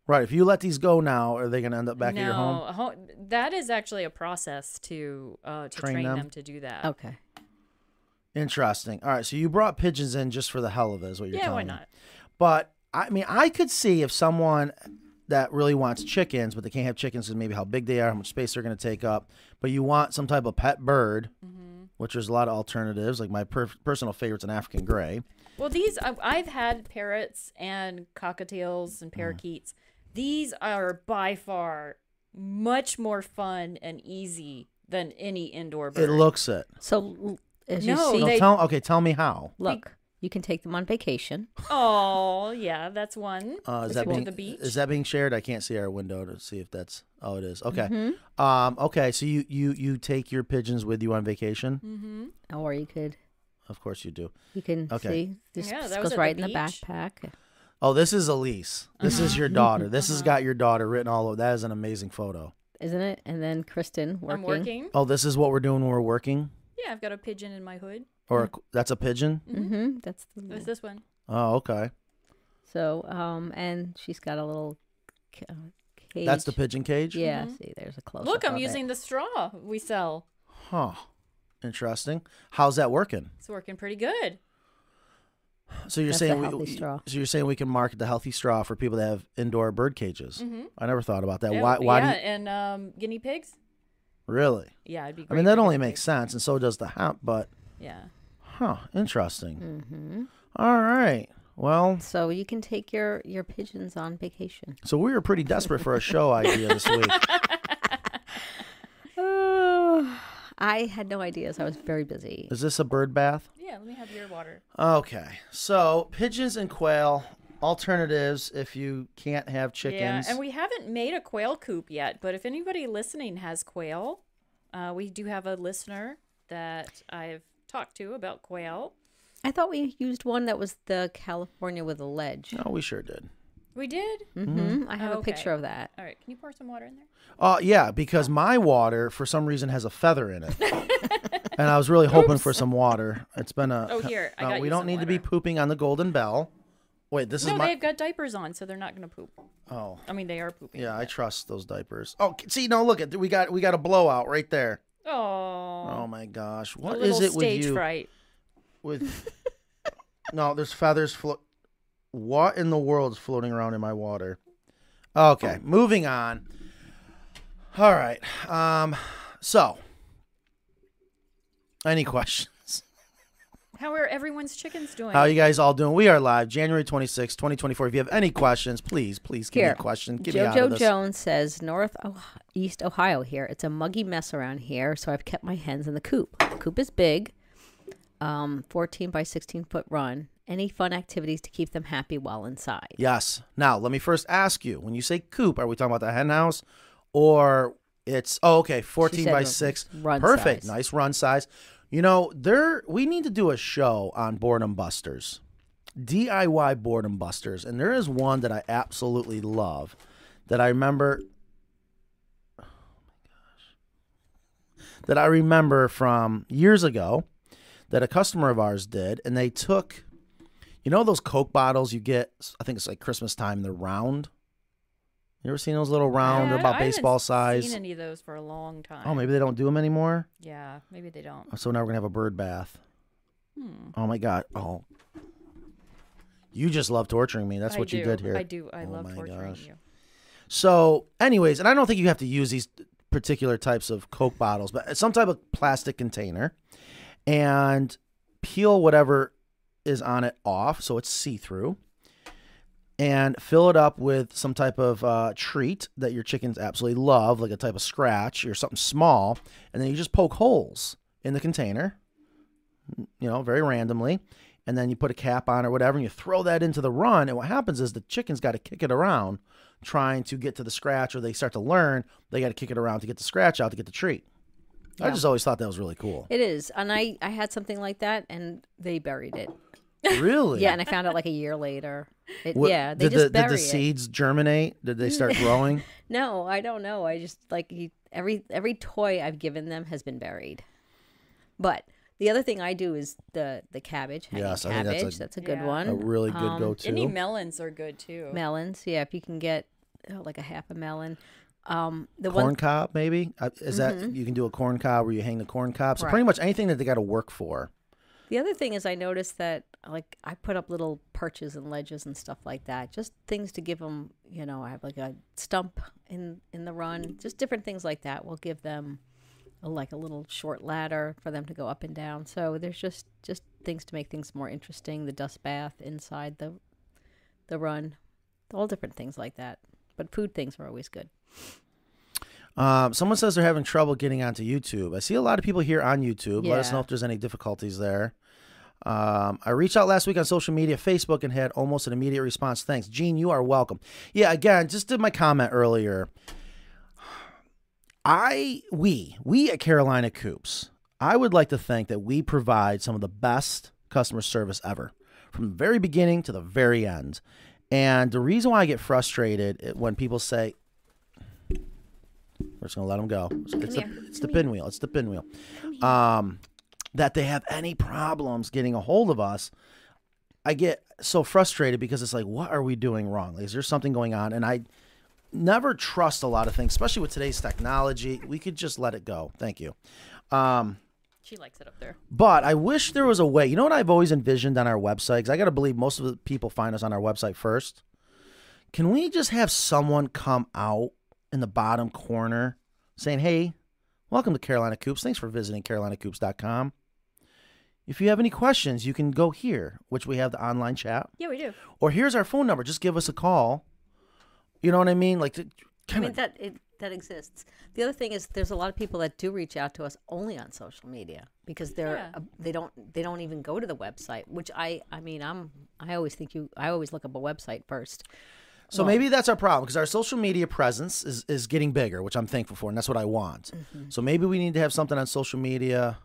Speaker 1: Right. If you let these go now, are they gonna end up back
Speaker 3: no,
Speaker 1: at your home?
Speaker 3: a ho- that is actually a process to uh, to
Speaker 1: Train
Speaker 3: train,
Speaker 1: them?
Speaker 3: them. to do that.
Speaker 11: Okay.
Speaker 1: Interesting. All right. So you brought pigeons in just for the hell of it, is what you're
Speaker 3: yeah,
Speaker 1: telling
Speaker 3: why
Speaker 1: me.
Speaker 3: not?
Speaker 1: But I mean, I could see if someone that really wants chickens, but they can't have chickens because maybe how big they are, how much space they're going to take up. But you want some type of pet bird,
Speaker 3: Mm-hmm.
Speaker 1: which there's a lot of alternatives. Like my per- personal favorite's an African gray.
Speaker 3: Well, these I- I've had parrots and cockatiels
Speaker 1: Uh-huh.
Speaker 3: and parakeets. These are by far much more fun and easy than any indoor bird.
Speaker 1: It looks it.
Speaker 11: So l- as
Speaker 3: No,
Speaker 11: you see,
Speaker 1: No,
Speaker 3: They-
Speaker 1: tell, okay, tell me how.
Speaker 11: look, you can take them on vacation.
Speaker 3: Oh, yeah, that's one.
Speaker 1: Uh, is
Speaker 3: If
Speaker 1: that
Speaker 3: you go
Speaker 1: being
Speaker 3: to the beach?
Speaker 1: is that being shared? I can't see our window to see if that's oh it is. Okay,
Speaker 3: Mm-hmm.
Speaker 1: um, okay. So you you you take your pigeons with you on vacation?
Speaker 3: Mm.
Speaker 11: Or you could
Speaker 1: Of course you do.
Speaker 11: you can
Speaker 1: Okay.
Speaker 11: see this
Speaker 3: Yeah, that
Speaker 11: this
Speaker 3: was at
Speaker 11: goes
Speaker 3: the
Speaker 11: right in the
Speaker 3: beach.
Speaker 11: backpack.
Speaker 1: Oh, this is Elise. This is
Speaker 3: [laughs]
Speaker 1: your daughter. This has got your daughter written all over. That is an amazing photo.
Speaker 11: isn't it? And then Kristen working.
Speaker 3: I'm working.
Speaker 1: Oh, this is what we're doing when we're working,
Speaker 3: Yeah, I've got a pigeon in my hood.
Speaker 1: or a qu that's a pigeon.
Speaker 11: Mm-hmm. That's
Speaker 3: It was
Speaker 11: the
Speaker 3: this one.
Speaker 1: Oh, okay.
Speaker 11: so. Um, and she's got a little ca- uh, cage.
Speaker 1: That's the pigeon cage.
Speaker 11: Yeah. See, there's a close.
Speaker 3: Mm-hmm. Look, I'm using the straw we sell.
Speaker 1: Huh. Interesting. How's that working?
Speaker 3: It's working pretty good.
Speaker 1: So you're
Speaker 11: That's the
Speaker 1: saying we,
Speaker 11: healthy
Speaker 1: we-
Speaker 11: straw.
Speaker 1: so you're saying we can market the healthy straw for people that have indoor bird cages.
Speaker 11: Mm-hmm.
Speaker 1: I never thought about that.
Speaker 3: Yeah,
Speaker 1: why? Why?
Speaker 3: yeah,
Speaker 1: do you,
Speaker 3: and um, guinea pigs.
Speaker 1: really?
Speaker 3: Yeah, it'd be. Great
Speaker 1: I mean, that
Speaker 3: for
Speaker 1: only
Speaker 3: guinea
Speaker 1: makes sense, and so does the hemp. But
Speaker 3: pigs. Yeah.
Speaker 1: huh? Interesting.
Speaker 11: Mm-hmm.
Speaker 1: All right. Well,
Speaker 11: So you can take your your pigeons
Speaker 1: [sighs]
Speaker 11: on vacation.
Speaker 1: so we were pretty desperate for a show idea this week.
Speaker 11: I had no ideas. I was very busy.
Speaker 1: Is this a bird bath?
Speaker 3: Yeah. Let me have your water.
Speaker 1: Okay. So pigeons and quail alternatives if you can't have chickens.
Speaker 3: Yeah, and we haven't made a quail coop yet. But if anybody listening has quail, uh, we do have a listener that I've talked to about quail.
Speaker 11: I thought we used one that was the California with a ledge.
Speaker 1: no, Oh, we sure did.
Speaker 3: We did.
Speaker 11: Mm-hmm. I have a
Speaker 3: Okay.
Speaker 11: picture of that.
Speaker 3: All right. Can you pour some water in there?
Speaker 1: Oh, yeah, because my water for some reason has a feather in
Speaker 3: [laughs]
Speaker 1: it. and I was really hoping for some water. It's been a
Speaker 3: Oh, here, I
Speaker 1: Uh,
Speaker 3: got
Speaker 1: we
Speaker 3: you
Speaker 1: don't
Speaker 3: some
Speaker 1: need to be
Speaker 3: water.
Speaker 1: pooping on the golden bell. Wait, this
Speaker 3: No,
Speaker 1: is my
Speaker 3: they've got diapers on, so they're not going to poop.
Speaker 1: Oh.
Speaker 3: I mean, they are pooping.
Speaker 1: Yeah, I trust those diapers. Oh, c- see, no, look at we got we got a blowout right there. Oh
Speaker 3: Oh.
Speaker 1: my gosh.
Speaker 3: a
Speaker 1: what is
Speaker 3: little
Speaker 1: it with
Speaker 3: stage
Speaker 1: you?
Speaker 3: fright.
Speaker 1: with no there's feathers flo- what in the world's floating around in my water okay moving on All right. Um, so, any questions?
Speaker 3: How are everyone's chickens doing?
Speaker 1: How are you guys all doing? We are live January twenty sixth, 2024. If you have any questions, please, please give me
Speaker 11: Here,
Speaker 1: a question. Get me out of
Speaker 11: JoJo
Speaker 1: this.
Speaker 11: Jones says North oh- East Ohio here. It's a muggy mess around here, so I've kept my hens in the coop. The coop is big, um, 14 by 16 foot run. Any fun activities to keep them happy while inside?
Speaker 1: Yes. Now, let me first ask you when you say coop, are we talking about the hen house or it's, oh, okay, 14
Speaker 11: said
Speaker 1: by
Speaker 11: run-
Speaker 1: 6.
Speaker 11: run
Speaker 1: Perfect.
Speaker 11: size.
Speaker 1: Nice run size. You know, there, we need to do a show on boredom busters, DIY boredom busters. And there is one that I absolutely love that I remember. oh That I remember from years ago that a customer of ours did, and they took you know those Coke bottles you get? I think it's like Christmas time. They're round. You ever seen those little round?
Speaker 3: Yeah,
Speaker 1: They're
Speaker 3: I-
Speaker 1: about
Speaker 3: I haven't
Speaker 1: baseball size.
Speaker 3: Seen any of those for a long time?
Speaker 1: Oh, maybe they don't do them anymore.
Speaker 3: Yeah, maybe they don't.
Speaker 1: So now we're gonna have a bird bath.
Speaker 3: Hmm.
Speaker 1: Oh my god! Oh, you just love torturing me. That's
Speaker 3: I
Speaker 1: what you
Speaker 3: do.
Speaker 1: did here. Oh
Speaker 3: I do. I love torturing you.
Speaker 1: So, anyways, and I don't think you have to use these particular types of Coke bottles, but some type of plastic container and peel whatever is on it off so it's see through and fill it up with some type of uh, treat that your chickens absolutely love, like a type of scratch or something small. And then you just poke holes in the container, you know, very randomly. And then you put a cap on or whatever, and you throw that into the run. And what happens is the chickens got to kick it around trying to get to the scratch, or they start to learn they got to kick it around to get the scratch out to get the treat. I just always thought that was really cool.
Speaker 11: It is, and I I had something like that, and they buried it.
Speaker 1: Really?
Speaker 11: [laughs] Yeah, and I found out like a year later. It,
Speaker 1: What-
Speaker 11: yeah, they
Speaker 1: did
Speaker 11: just
Speaker 1: the,
Speaker 11: bury
Speaker 1: Did the
Speaker 11: it.
Speaker 1: seeds germinate? Did they
Speaker 11: [laughs]
Speaker 1: start growing?
Speaker 11: No, I don't know. I just like you, every every toy I've given them has been buried. But the other thing I do is the the cabbage. hanging
Speaker 1: Yes, I think
Speaker 11: cabbage.
Speaker 1: that's a-
Speaker 11: that's a good
Speaker 3: Yeah.
Speaker 11: one.
Speaker 1: A really good
Speaker 11: Um,
Speaker 1: go-to.
Speaker 3: Any melons are good too.
Speaker 11: Melons, yeah. If you can get uh, like a half a melon, um, the
Speaker 1: corn
Speaker 11: one Mm-hmm.
Speaker 1: cob maybe Uh, is that you can do a corn cob where you hang the corn cob so pretty
Speaker 11: Right.
Speaker 1: much anything that they got to work for
Speaker 11: the other thing is I noticed that like I put up little perches and ledges and stuff like that, just things to give them. You know, I have like a stump in in the run, just different things like that will give them a, like a little short ladder for them to go up and down. So there's just just things to make things more interesting. The dust bath inside the the run, all different things like that. But food things are always good.
Speaker 1: um, someone says they're having trouble getting onto youtube i see a lot of people here on youtube let us
Speaker 11: Yeah.
Speaker 1: know if there's any difficulties there um, i reached out last week on social media facebook and had almost an immediate response thanks gene you are welcome yeah again just did my comment earlier I we we at Carolina Coops, I would like to think that we provide some of the best customer service ever, from the very beginning to the very end. And the reason why I get frustrated i- when people say, "We're just gonna let them go," it's it's the it's the pinwheel, it's the pinwheel, um, that they have any problems getting a hold of us. I get so frustrated because it's like, what are we doing wrong? Like, is there something going on? And I never trust a lot of things, especially with today's technology. We could just let it go. Thank you. Um,
Speaker 3: She likes it up there.
Speaker 1: but I wish there was a way. You know what I've always envisioned on our website? Because I got to believe most of the people find us on our website first. Can we just have someone come out in the bottom corner saying, hey, welcome to Carolina Coops. Thanks for visiting carolinacoops.com. If you have any questions, you can go here, which we have the online chat
Speaker 3: Yeah, we do.
Speaker 1: or here's our phone number. Just give us a call. You know what I mean? Like, to,
Speaker 11: I
Speaker 1: kind
Speaker 11: mean
Speaker 1: of.
Speaker 11: that it, that exists. The other thing is there's a lot of people that do reach out to us only on social media because they're
Speaker 3: Yeah.
Speaker 11: uh, they don't they don't even go to the website. Which I I mean I'm I always think you I always look up a website first.
Speaker 1: so maybe that's our problem because our social media presence is is getting bigger, which I'm thankful for, and that's what I want.
Speaker 11: Mm-hmm.
Speaker 1: So maybe we need to have something on social media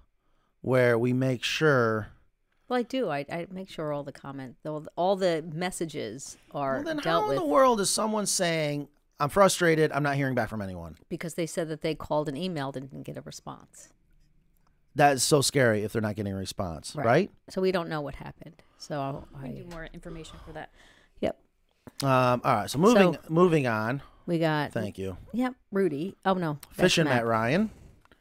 Speaker 1: where we make sure.
Speaker 11: Well, I do. I, I make sure all the comment all the, all the messages are
Speaker 1: Well, then
Speaker 11: dealt
Speaker 1: how
Speaker 11: with
Speaker 1: in the world is someone saying I'm frustrated? I'm not hearing back from anyone.
Speaker 11: because they said that they called and emailed and didn't get a response.
Speaker 1: That is so scary if they're not getting a response, right?
Speaker 11: So we don't know what happened. So
Speaker 3: We
Speaker 11: I
Speaker 1: Oh.
Speaker 3: do more information for that.
Speaker 11: yep.
Speaker 1: Um, all right. So moving moving on.
Speaker 11: We got
Speaker 1: Thank you.
Speaker 11: yep Rudy. Oh no, that's
Speaker 1: Fishing Matt Ryan.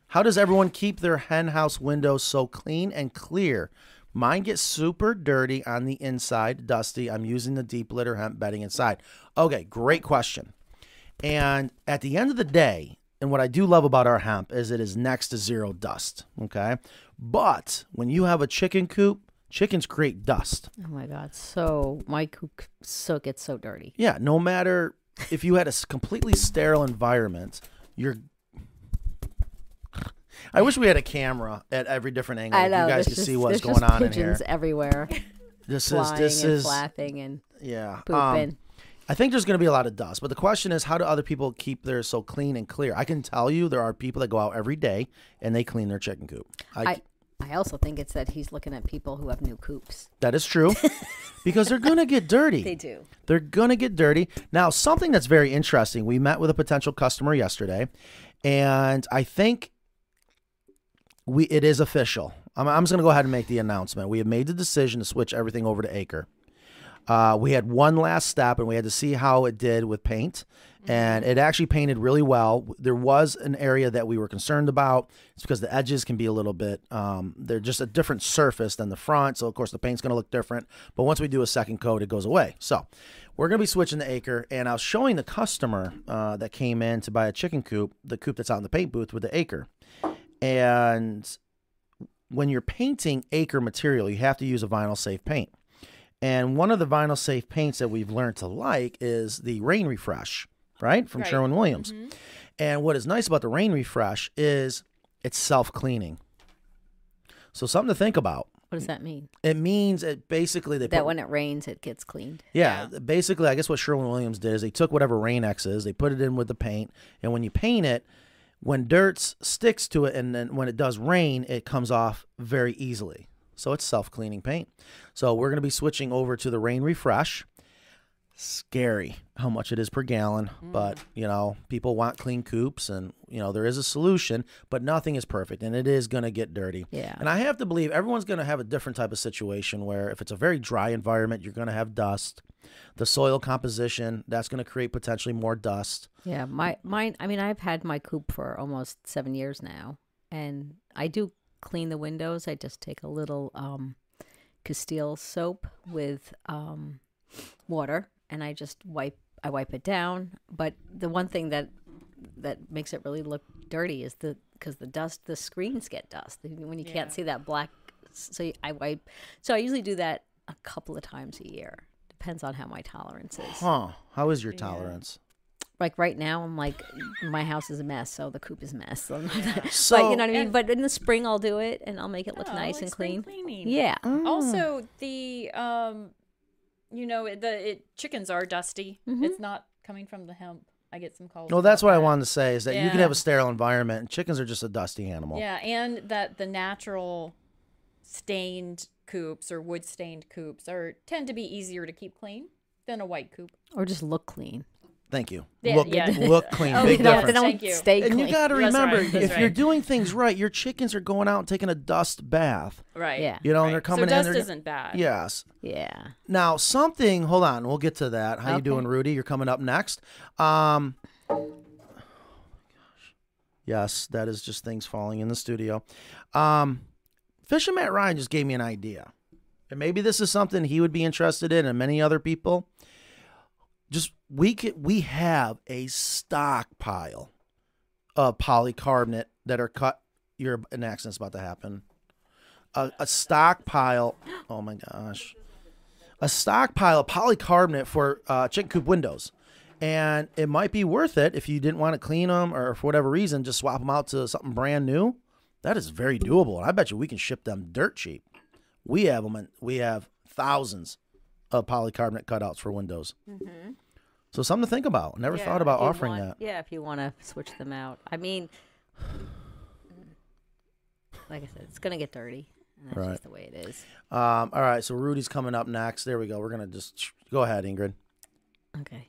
Speaker 1: How does everyone keep their hen house windows so clean and clear? Mine gets super dirty on the inside, dusty. I'm using the deep litter hemp bedding inside. Okay, great question. And at the end of the day, and what I do love about our hemp is it is next to zero dust. Okay. But when you have a chicken coop, chickens create dust.
Speaker 11: Oh my God. So my cook so gets so dirty.
Speaker 1: Yeah. No matter if you had a s- completely sterile environment, you're. I wish we had a camera at every different angle.
Speaker 11: I know.
Speaker 1: you guys
Speaker 11: there's
Speaker 1: could see
Speaker 11: just-
Speaker 1: what's
Speaker 11: there's
Speaker 1: going
Speaker 11: just
Speaker 1: on in here.
Speaker 11: pigeons everywhere.
Speaker 1: This is
Speaker 11: flying
Speaker 1: this
Speaker 11: and
Speaker 1: is
Speaker 11: flapping and
Speaker 1: yeah. um,
Speaker 11: pooping.
Speaker 1: I think there's going to be a lot of dust, but the question is, how do other people keep theirs so clean and clear? I can tell you, there are people that go out every day and they clean their chicken coop. I,
Speaker 11: I, I also think it's that he's looking at people who have new coops.
Speaker 1: that is
Speaker 11: [laughs]
Speaker 1: true, because they're going to get dirty.
Speaker 11: They do.
Speaker 1: They're going to get dirty. Now, something that's very interesting we met with a potential customer yesterday, and I think we it is official. I'm, I'm just going to go ahead and make the announcement. We have made the decision to switch everything over to Acre. Uh, we had one last step and we had to see how it did with paint. And it actually painted really well. There was an area that we were concerned about. It's because the edges can be a little bit, um, they're just a different surface than the front. So, of course, the paint's going to look different. But once we do a second coat, it goes away. So, we're going to be switching to acre. And I was showing the customer uh, that came in to buy a chicken coop, the coop that's out in the paint booth with the acre. And when you're painting acre material, you have to use a vinyl safe paint. And one of the vinyl safe paints that we've learned to like is the Rain Refresh, right? From
Speaker 3: Right.
Speaker 1: Sherwin Williams.
Speaker 11: Mm-hmm.
Speaker 1: And what is nice about the Rain Refresh is it's self cleaning. So, something to think about.
Speaker 11: What does that mean?
Speaker 1: It means it basically they
Speaker 11: that
Speaker 1: put,
Speaker 11: when it rains, it gets cleaned.
Speaker 1: yeah, basically, I guess what Sherwin Williams did is they took whatever Rain X is, they put it in with the paint, and when you paint it, when dirt s- sticks to it, and then when it does rain, it comes off very easily. So it's self cleaning paint. So we're going to be switching over to the Rain Refresh. Scary how much it is per gallon, but you know, people want clean coops, and you know, there is a solution, but nothing is perfect, and it is going to get dirty.
Speaker 11: Yeah.
Speaker 1: And I have to believe everyone's going to have a different type of situation where if it's a very dry environment, you're going to have dust. The soil composition, that's going to create potentially more dust.
Speaker 11: Yeah, my mine. I mean, I've had my coop for almost seven years now, and I do clean the windows. I just take a little um, Castile soap with um, water, and I just wipe. I wipe it down. But the one thing that that makes it really look dirty is the because the dust, the screens get dust when you can't see that black. So you- I wipe. So I usually do that a couple of times a year. Depends on how my tolerance is
Speaker 1: Huh. How is your tolerance?
Speaker 11: like right now i'm like my house is a mess so the coop is a mess [laughs] so, I'm not-
Speaker 1: So,
Speaker 11: but you know what i mean
Speaker 3: And-
Speaker 11: but in the spring i'll do it and i'll make it look
Speaker 3: Oh,
Speaker 11: nice
Speaker 3: like
Speaker 11: and
Speaker 3: spring
Speaker 11: clean Oh.
Speaker 3: cleaning.
Speaker 11: yeah
Speaker 3: Also, the um, you know, it- the it, chickens are dusty.
Speaker 11: Mm-hmm.
Speaker 3: It's not coming from the hemp. I get some calls.
Speaker 1: well, that's
Speaker 3: about
Speaker 1: what I
Speaker 3: that.
Speaker 1: wanted to say is that you can
Speaker 3: Yeah.
Speaker 1: have a sterile environment, and chickens are just a dusty animal.
Speaker 3: Yeah, and that the natural stained coops or wood stained coops are tend to be easier to keep clean than a white coop.
Speaker 11: or just look clean
Speaker 1: Thank you.
Speaker 3: Yeah,
Speaker 1: look,
Speaker 3: yeah.
Speaker 1: [laughs] look clean.
Speaker 3: Oh,
Speaker 1: Big
Speaker 3: yeah,
Speaker 1: difference.
Speaker 11: they don't
Speaker 3: Thank you.
Speaker 11: stay
Speaker 1: and
Speaker 11: clean
Speaker 1: you got to
Speaker 3: That's
Speaker 1: remember,
Speaker 3: right, that's
Speaker 1: if you're
Speaker 3: right.
Speaker 1: doing things right, your chickens are going out and taking a dust bath.
Speaker 3: Right.
Speaker 11: Yeah.
Speaker 1: You know, and they're
Speaker 3: So
Speaker 1: coming in.
Speaker 3: dust
Speaker 1: they're-
Speaker 3: isn't bad.
Speaker 1: Yes.
Speaker 11: yeah
Speaker 1: Now, something. Hold on, we'll get to that. How you
Speaker 11: Okay.
Speaker 1: doing, Rudy? You're coming up next. Um, yes, that is just things falling in the studio. Um, Fisher Matt Ryan just gave me an idea, and maybe this is something he would be interested in, and many other people. Just we could, we have a stockpile of polycarbonate that are cut. Your an accident's about to happen. A, a stockpile. Oh my gosh a stockpile of polycarbonate for uh, chicken coop windows. And it might be worth it if you didn't want to clean them or for whatever reason, just swap them out to something brand new. That is very doable. And I bet you we can ship them dirt cheap. We have them and we have thousands of polycarbonate cutouts for windows. So something to think about. Never thought about offering that.
Speaker 11: yeah if you want to switch them out i mean [sighs] like i said it's gonna get dirty and that's
Speaker 1: Right.
Speaker 11: just the way it is
Speaker 1: Um, all right. So Rudy's coming up next. There we go. We're going to just go ahead, Ingrid.
Speaker 11: Okay.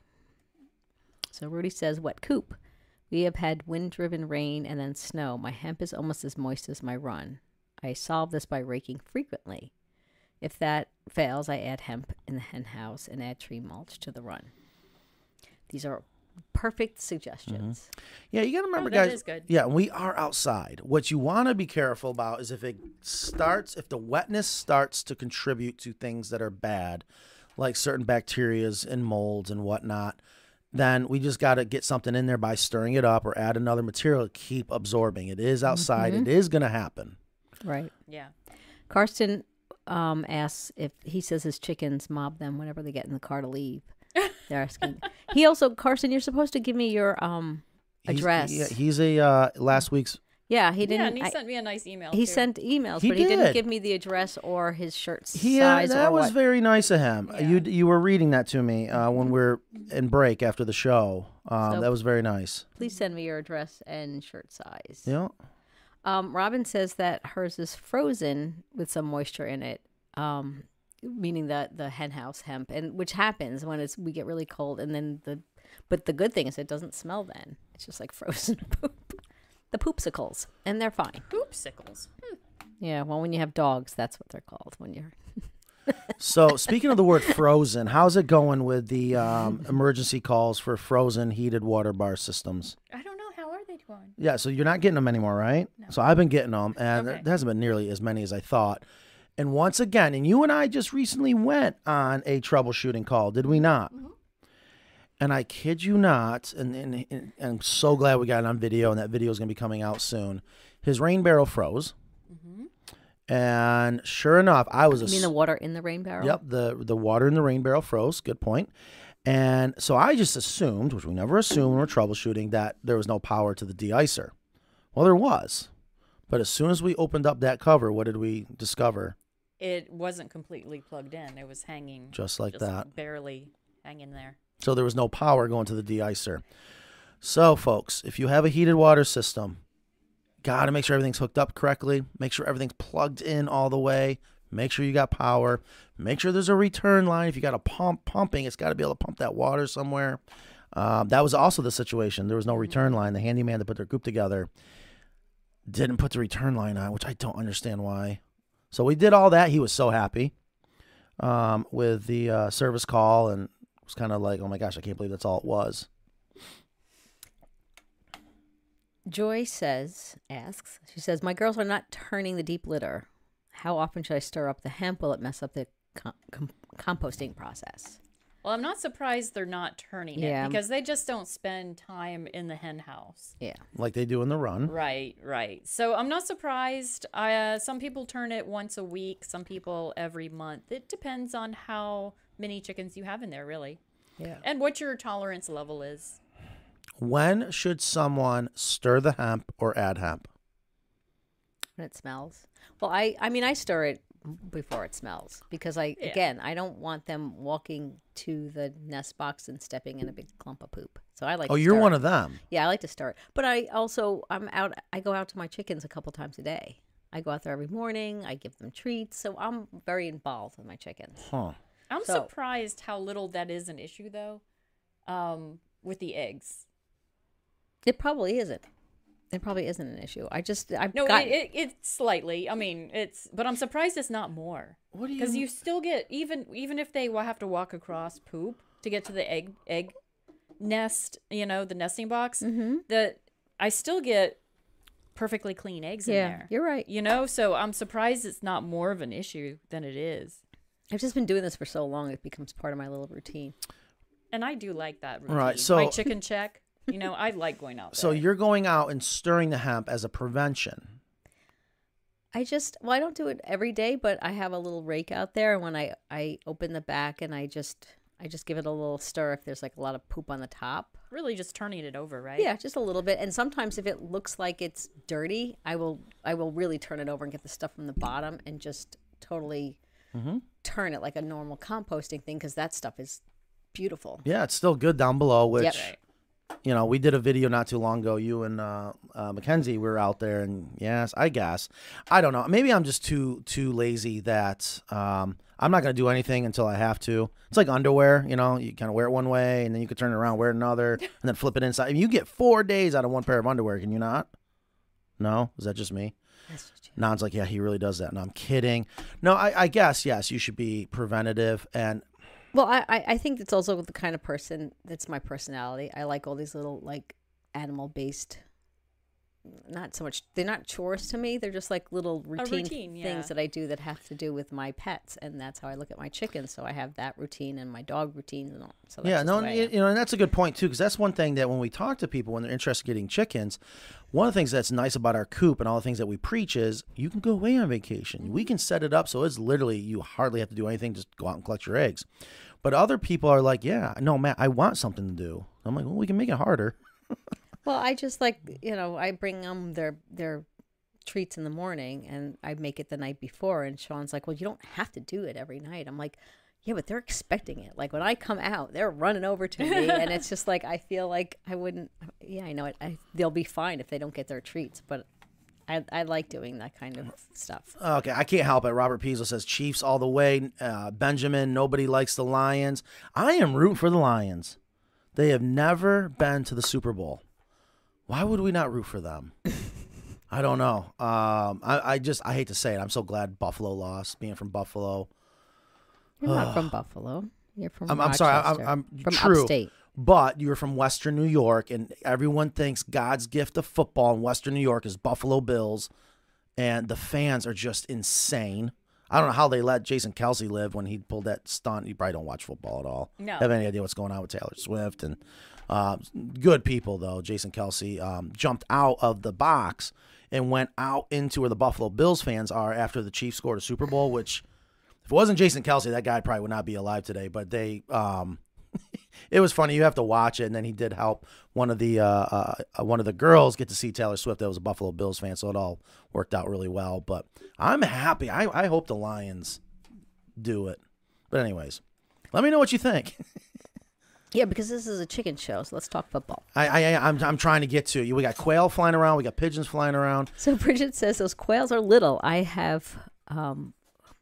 Speaker 11: So Rudy says, Wet coop. We have had wind driven rain and then snow. My hemp is almost as moist as my run. I solve this by raking frequently. If that fails, I add hemp in the hen house and add tree mulch to the run. These are perfect suggestions.
Speaker 1: Yeah, you got to remember,
Speaker 11: Oh,
Speaker 3: that
Speaker 1: guys.
Speaker 3: is good.
Speaker 1: Yeah, we are outside. What you want to be careful about is if it starts, if the wetness starts to contribute to things that are bad, like certain bacterias and molds and whatnot. then we just got to get something in there by stirring it up or add another material to keep absorbing. It is outside. It
Speaker 11: Mhm.
Speaker 1: is going to happen.
Speaker 3: Mm-hmm.
Speaker 11: Right.
Speaker 3: Yeah.
Speaker 11: Karsten um, asks if he says his chickens mob them whenever they get in the car to leave. They're
Speaker 3: [laughs]
Speaker 11: asking. he also Carson, you're supposed to give me your um
Speaker 1: He's-
Speaker 11: address.
Speaker 1: yeah, he's a uh, last week's.
Speaker 11: yeah, he
Speaker 3: Yeah,
Speaker 11: didn't.
Speaker 3: and he
Speaker 11: I-
Speaker 3: sent me a nice email.
Speaker 11: he
Speaker 3: too.
Speaker 11: sent emails,
Speaker 1: He
Speaker 11: but he
Speaker 1: did.
Speaker 11: didn't give me the address or his shirt
Speaker 1: He, uh,
Speaker 11: size
Speaker 1: that
Speaker 11: or
Speaker 1: was
Speaker 11: what. Mm-hmm.
Speaker 1: very nice of him. You you were reading that to me uh, when we are in break after the show. Um,
Speaker 11: So-
Speaker 1: that was very nice.
Speaker 11: Please send me your address and shirt size.
Speaker 1: Yeah.
Speaker 11: Um, Robin says that hers is frozen with some moisture in it, um, meaning the the hen house hemp, and which happens when it's we get really cold, and then the. But the good thing is it doesn't smell. Then it's just like [laughs] frozen poop, the poopsicles, and they're fine.
Speaker 3: poopsicles.
Speaker 11: Yeah, well, when you have dogs, that's what they're called. When you're
Speaker 1: So speaking of the word frozen, how's it going with the um, emergency calls for frozen heated water bar systems?
Speaker 3: I don't know. How are they doing?
Speaker 1: Yeah, so you're not getting them anymore, right? So I've been getting them, and
Speaker 3: Okay.
Speaker 1: there hasn't been nearly as many as I thought. And once again, and you and I just recently went on a troubleshooting call, did we not? And I kid you not, and, and, and I'm so glad we got it on video, and that video is going to be coming out soon. His rain barrel froze, and sure enough, I was
Speaker 11: you
Speaker 1: a
Speaker 11: mean the water in the rain barrel.
Speaker 1: Yep, the the water in the rain barrel froze. Good point. And so I just assumed, which we never assume when we're troubleshooting, that there was no power to the de-icer. Well, there was. But as soon as we opened up that cover, what did we discover?
Speaker 3: It wasn't completely plugged in. It was hanging
Speaker 1: Just like that.
Speaker 3: barely hanging there.
Speaker 1: So there was no power going to the de-icer. So, folks, if you have a heated water system, got to make sure everything's hooked up correctly. Make sure everything's plugged in all the way. Make sure you got power. Make sure there's a return line. If you got a pump pumping, it's got to be able to pump that water somewhere. Um, that was also the situation. There was no return line. The handyman that put their group together didn't put the return line on, which I don't understand why. So we did all that. He was so happy um, with the uh, service call and was kind of like, oh my gosh, I can't believe that's all it was.
Speaker 11: Joy says, asks, she says, My girls are not turning the deep litter. How often should I stir up the hemp? Will it mess up the com- com- composting process?
Speaker 3: Well, I'm not surprised they're not turning
Speaker 11: Yeah.
Speaker 3: it because they just don't spend time in the hen house.
Speaker 11: Yeah.
Speaker 1: Like they do in the run.
Speaker 3: Right, right. So I'm not surprised. I, uh, some people turn it once a week, some people every month. It depends on how many chickens you have in there, really,
Speaker 11: Yeah.
Speaker 3: and what your tolerance level is.
Speaker 1: When should someone stir the hemp or add hemp?
Speaker 11: When it smells. Well, I, I mean, I stir it before it smells because I,
Speaker 3: Yeah.
Speaker 11: again, I don't want them walking to the nest box and stepping in a big clump of poop. So I like
Speaker 1: oh,
Speaker 11: to
Speaker 1: you're
Speaker 11: stir
Speaker 1: one
Speaker 11: it.
Speaker 1: of them.
Speaker 11: Yeah, I like to stir it. But I also, I'm out, I go out to my chickens a couple times a day. I go out there every morning. I give them treats. So I'm very involved with my chickens.
Speaker 1: Huh.
Speaker 3: I'm
Speaker 11: So-
Speaker 3: surprised how little that is an issue, though, um, with the eggs.
Speaker 11: It probably isn't. It probably isn't an issue. I just I've
Speaker 3: No,
Speaker 11: got
Speaker 3: it, it, it's slightly. I mean, it's, but I'm surprised it's not more.
Speaker 1: What do
Speaker 3: Because you still get even even if they wa- have to walk across poop to get to the egg egg nest, you know, the nesting box.
Speaker 11: Mm-hmm.
Speaker 3: The I still get perfectly clean eggs
Speaker 11: Yeah,
Speaker 3: in there.
Speaker 11: you're right.
Speaker 3: You know, so I'm surprised it's not more of an issue than it is.
Speaker 11: I've just been doing this for so long it becomes part of my little routine.
Speaker 3: And I do like that. Routine.
Speaker 1: Right,
Speaker 3: my
Speaker 1: so-
Speaker 3: chicken check. You know, I like going out.
Speaker 1: [laughs] So
Speaker 3: there.
Speaker 1: you're going out and stirring the hemp as a prevention.
Speaker 11: I just well I don't do it every day, but I have a little rake out there and when I I open the back and I just I just give it a little stir if there's like a lot of poop on the top.
Speaker 3: really just turning it over, right?
Speaker 11: Yeah, just a little bit. And sometimes if it looks like it's dirty, I will I will really turn it over and get the stuff from the bottom and just totally
Speaker 3: Mm-hmm.
Speaker 11: turn it like a normal composting thing because that stuff is beautiful.
Speaker 1: Yeah, it's still good down below, which,
Speaker 11: Yep.
Speaker 1: you know, we did a video not too long ago. You and uh, uh, Mackenzie were out there, and yes, I guess. I don't know. Maybe I'm just too too lazy that um, I'm not going to do anything until I have to. It's like underwear, you know, you kind of wear it one way, and then you can turn it around, wear it another, and then flip it inside. I mean, you get four days out of one pair of underwear, can you not? No? Is that just me?
Speaker 11: That's just-
Speaker 1: Non's like, yeah, he really does that. And I'm kidding. No, I, I guess, yes, you should be preventative. And
Speaker 11: Well, I, I I think it's also the kind of person that's my personality. I like all these little like animal based not so much they're not chores to me they're just like little routine,
Speaker 3: routine, yeah.
Speaker 11: things that i do that have to do with my pets and that's how i look at my chickens so i have that routine and my dog routine and all so that's
Speaker 1: yeah,
Speaker 11: just
Speaker 1: no,
Speaker 11: the way I
Speaker 1: and you, you know, and that's a good point too, because that's one thing that when we talk to people when they're interested in getting chickens, one of the things that's nice about our coop and all the things that we preach is you can go away on vacation.
Speaker 11: Mm-hmm.
Speaker 1: We can set it up so it's literally you hardly have to do anything, just go out and collect your eggs. But other people are like, yeah, no, Matt, I want something to do. I'm like, well, we can make it harder.
Speaker 11: Well, I just like you know I bring them their their treats in the morning, and I make it the night before. And Sean's like, "Well, you don't have to do it every night." I'm like, "Yeah, but they're expecting it. Like when I come out, they're running over to me, and it's just like I feel like I wouldn't. Yeah, I know it. I, they'll be fine if they don't get their treats, but." I, I like doing that kind of stuff.
Speaker 1: Okay, I can't help it. Robert Peasel says Chiefs all the way. Uh, Benjamin, nobody likes the Lions. I am rooting for the Lions. They have never been to the Super Bowl. Why would we not root for them? I don't know. Um, I, I just I hate to say it. I'm so glad Buffalo lost. Being from Buffalo,
Speaker 11: You're not from Buffalo. You're from.
Speaker 1: I'm, I'm sorry. I'm,
Speaker 11: Rochester.
Speaker 1: I'm
Speaker 11: from
Speaker 1: true,
Speaker 11: upstate.
Speaker 1: but you're from Western New York, and everyone thinks God's gift of football in Western New York is Buffalo Bills, and the fans are just insane. I don't know how they let Jason Kelsey live when he pulled that stunt. You probably don't watch football at all.
Speaker 3: No.
Speaker 1: have any idea what's going on with Taylor Swift and uh, good people though. Jason Kelsey um, jumped out of the box and went out into where the Buffalo Bills fans are after the Chiefs scored a Super Bowl, which. If it wasn't Jason Kelsey, that guy probably would not be alive today. But they, um, [laughs] it was funny. You have to watch it, and then he did help one of the uh, uh, uh, one of the girls get to see Taylor Swift. That was a Buffalo Bills fan, so it all worked out really well. But I'm happy. I, I hope the Lions do it. But anyways, let me know what you think. [laughs]
Speaker 11: Yeah, because this is a chicken show, so let's talk football.
Speaker 1: I, I I'm I'm trying to get to you. We got quail flying around. We got pigeons flying around.
Speaker 11: So Bridget says those quails are little. I have, um,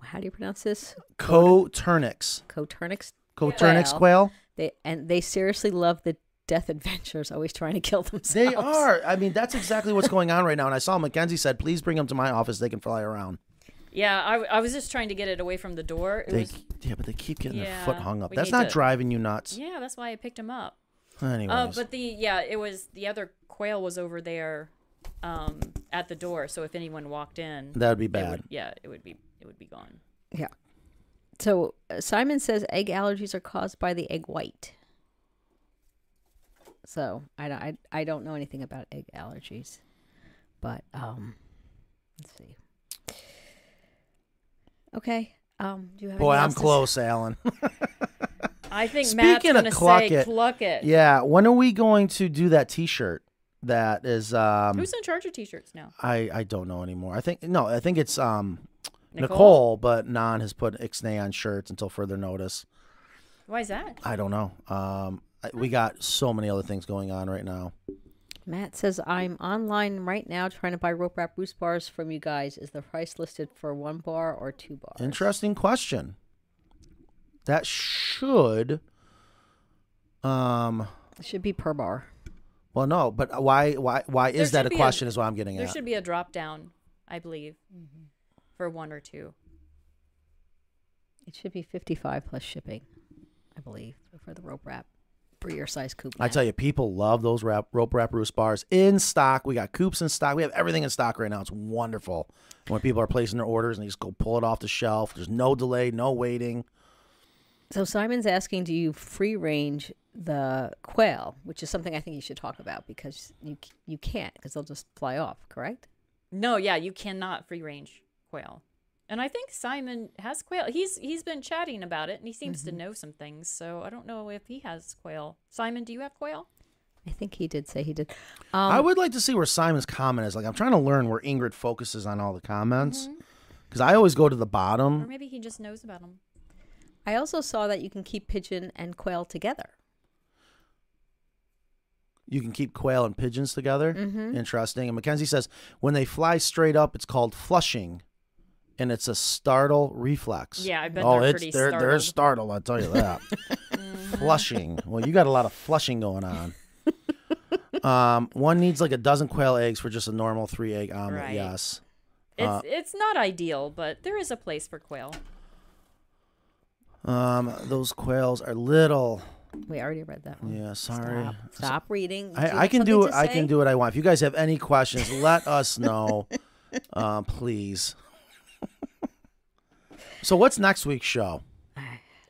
Speaker 11: how do you pronounce this?
Speaker 1: Coturnix,
Speaker 11: Coturnix.
Speaker 1: Coturnix quail.
Speaker 11: They and they seriously love the death adventures, always trying to
Speaker 3: [laughs]
Speaker 11: kill themselves.
Speaker 1: They are. I mean, that's exactly what's going on right now. And I saw Mackenzie said, "Please bring them to my office. They can fly around."
Speaker 3: Yeah, I, I was just trying to get it away from the door. It
Speaker 1: They,
Speaker 3: was,
Speaker 1: yeah, but they keep getting their foot
Speaker 3: Yeah,
Speaker 1: hung up.
Speaker 3: we
Speaker 1: That's
Speaker 3: need
Speaker 1: not
Speaker 3: to-
Speaker 1: driving you nuts.
Speaker 3: yeah, that's why I picked him up.
Speaker 1: Anyways,
Speaker 3: Uh, but the yeah, it was the other quail was over there um, at the door. So if anyone walked in,
Speaker 1: that would be
Speaker 3: it
Speaker 1: bad.
Speaker 3: would, yeah, it would be it would be gone.
Speaker 11: Yeah. So uh, Simon says egg allergies are caused by the egg white. So I don't I, I don't know anything about egg allergies, but um, let's see. Okay. Um, do you have
Speaker 1: Boy,
Speaker 11: anything
Speaker 1: I'm
Speaker 11: else to say?
Speaker 1: close,
Speaker 3: [laughs]
Speaker 1: Alan.
Speaker 3: I think Matt's
Speaker 1: Speaking
Speaker 3: gonna
Speaker 1: of cluck
Speaker 3: say
Speaker 1: it,
Speaker 3: cluck it.
Speaker 1: yeah. When are we going to do that T-shirt? That is, um,
Speaker 3: Who's in charge of t-shirts now?
Speaker 1: I I don't know anymore. I think no, I think it's um Nicole,
Speaker 3: Nicole?
Speaker 1: but Nan has put Ixnay on shirts until further notice.
Speaker 3: Why is that?
Speaker 1: I don't know. Um, I- we got so many other things going on right now.
Speaker 11: Matt says, I'm online right now trying to buy rope wrap boost bars from you guys. Is the price listed for one bar or two bars?
Speaker 1: Interesting question. That should, um,
Speaker 11: It should be per bar.
Speaker 1: well, no, but why, why, why is
Speaker 3: There
Speaker 1: that a
Speaker 3: should be
Speaker 1: question? is what I'm getting
Speaker 3: There
Speaker 1: at.
Speaker 3: should be a drop down, I believe, for one or two.
Speaker 11: It should be 55 plus shipping, I believe, for the rope wrap for your size coupon.
Speaker 1: I tell you, people love those wrap, rope wrap roost bars in stock. We got coops in stock. We have everything in stock right now. It's wonderful. When people are placing their orders and they just go pull it off the shelf, there's no delay, no waiting.
Speaker 11: So Simon's asking, do you free range the quail, which is something I think you should talk about because you c- you can't because they'll just fly off, correct?
Speaker 3: No, yeah, you cannot free range quail. And I think Simon has quail. He's he's been chatting about it and he seems to know some things. So I don't know if he has quail. Simon, do you have quail?
Speaker 11: I think he did say he did.
Speaker 1: I
Speaker 11: Um,
Speaker 1: would like to see where Simon's comment is. Like, I'm trying to learn where Ingrid focuses on all the
Speaker 3: Mm-hmm.
Speaker 1: comments because I always go to the bottom.
Speaker 3: Or maybe he just knows about them.
Speaker 11: I also saw that you can keep pigeon and quail together.
Speaker 1: You can keep quail and pigeons together.
Speaker 3: Mm-hmm.
Speaker 1: Interesting. And Mackenzie says when they fly straight up, it's called flushing, and it's a startle reflex.
Speaker 3: Yeah, I bet
Speaker 1: oh,
Speaker 3: they're
Speaker 1: it's,
Speaker 3: pretty
Speaker 1: they're, They're
Speaker 3: startled.
Speaker 1: startled. I'll tell you
Speaker 3: [laughs]
Speaker 1: that. [laughs] flushing. Well, you got a lot of flushing going on.
Speaker 3: [laughs]
Speaker 1: um, one needs like a dozen quail eggs for just a normal three egg omelet.
Speaker 3: Right.
Speaker 1: Yes.
Speaker 3: It's it's not ideal, but there is a place for quail.
Speaker 1: Um, those quails are little.
Speaker 11: We already read that one.
Speaker 1: Yeah, sorry.
Speaker 11: Stop, Stop reading. Do you
Speaker 1: I, I
Speaker 11: have
Speaker 1: can do
Speaker 11: something
Speaker 1: it.
Speaker 11: to
Speaker 1: I can
Speaker 11: say?
Speaker 1: do what I want. If you guys have any questions, let us know, [laughs] uh, please. so what's next week's show?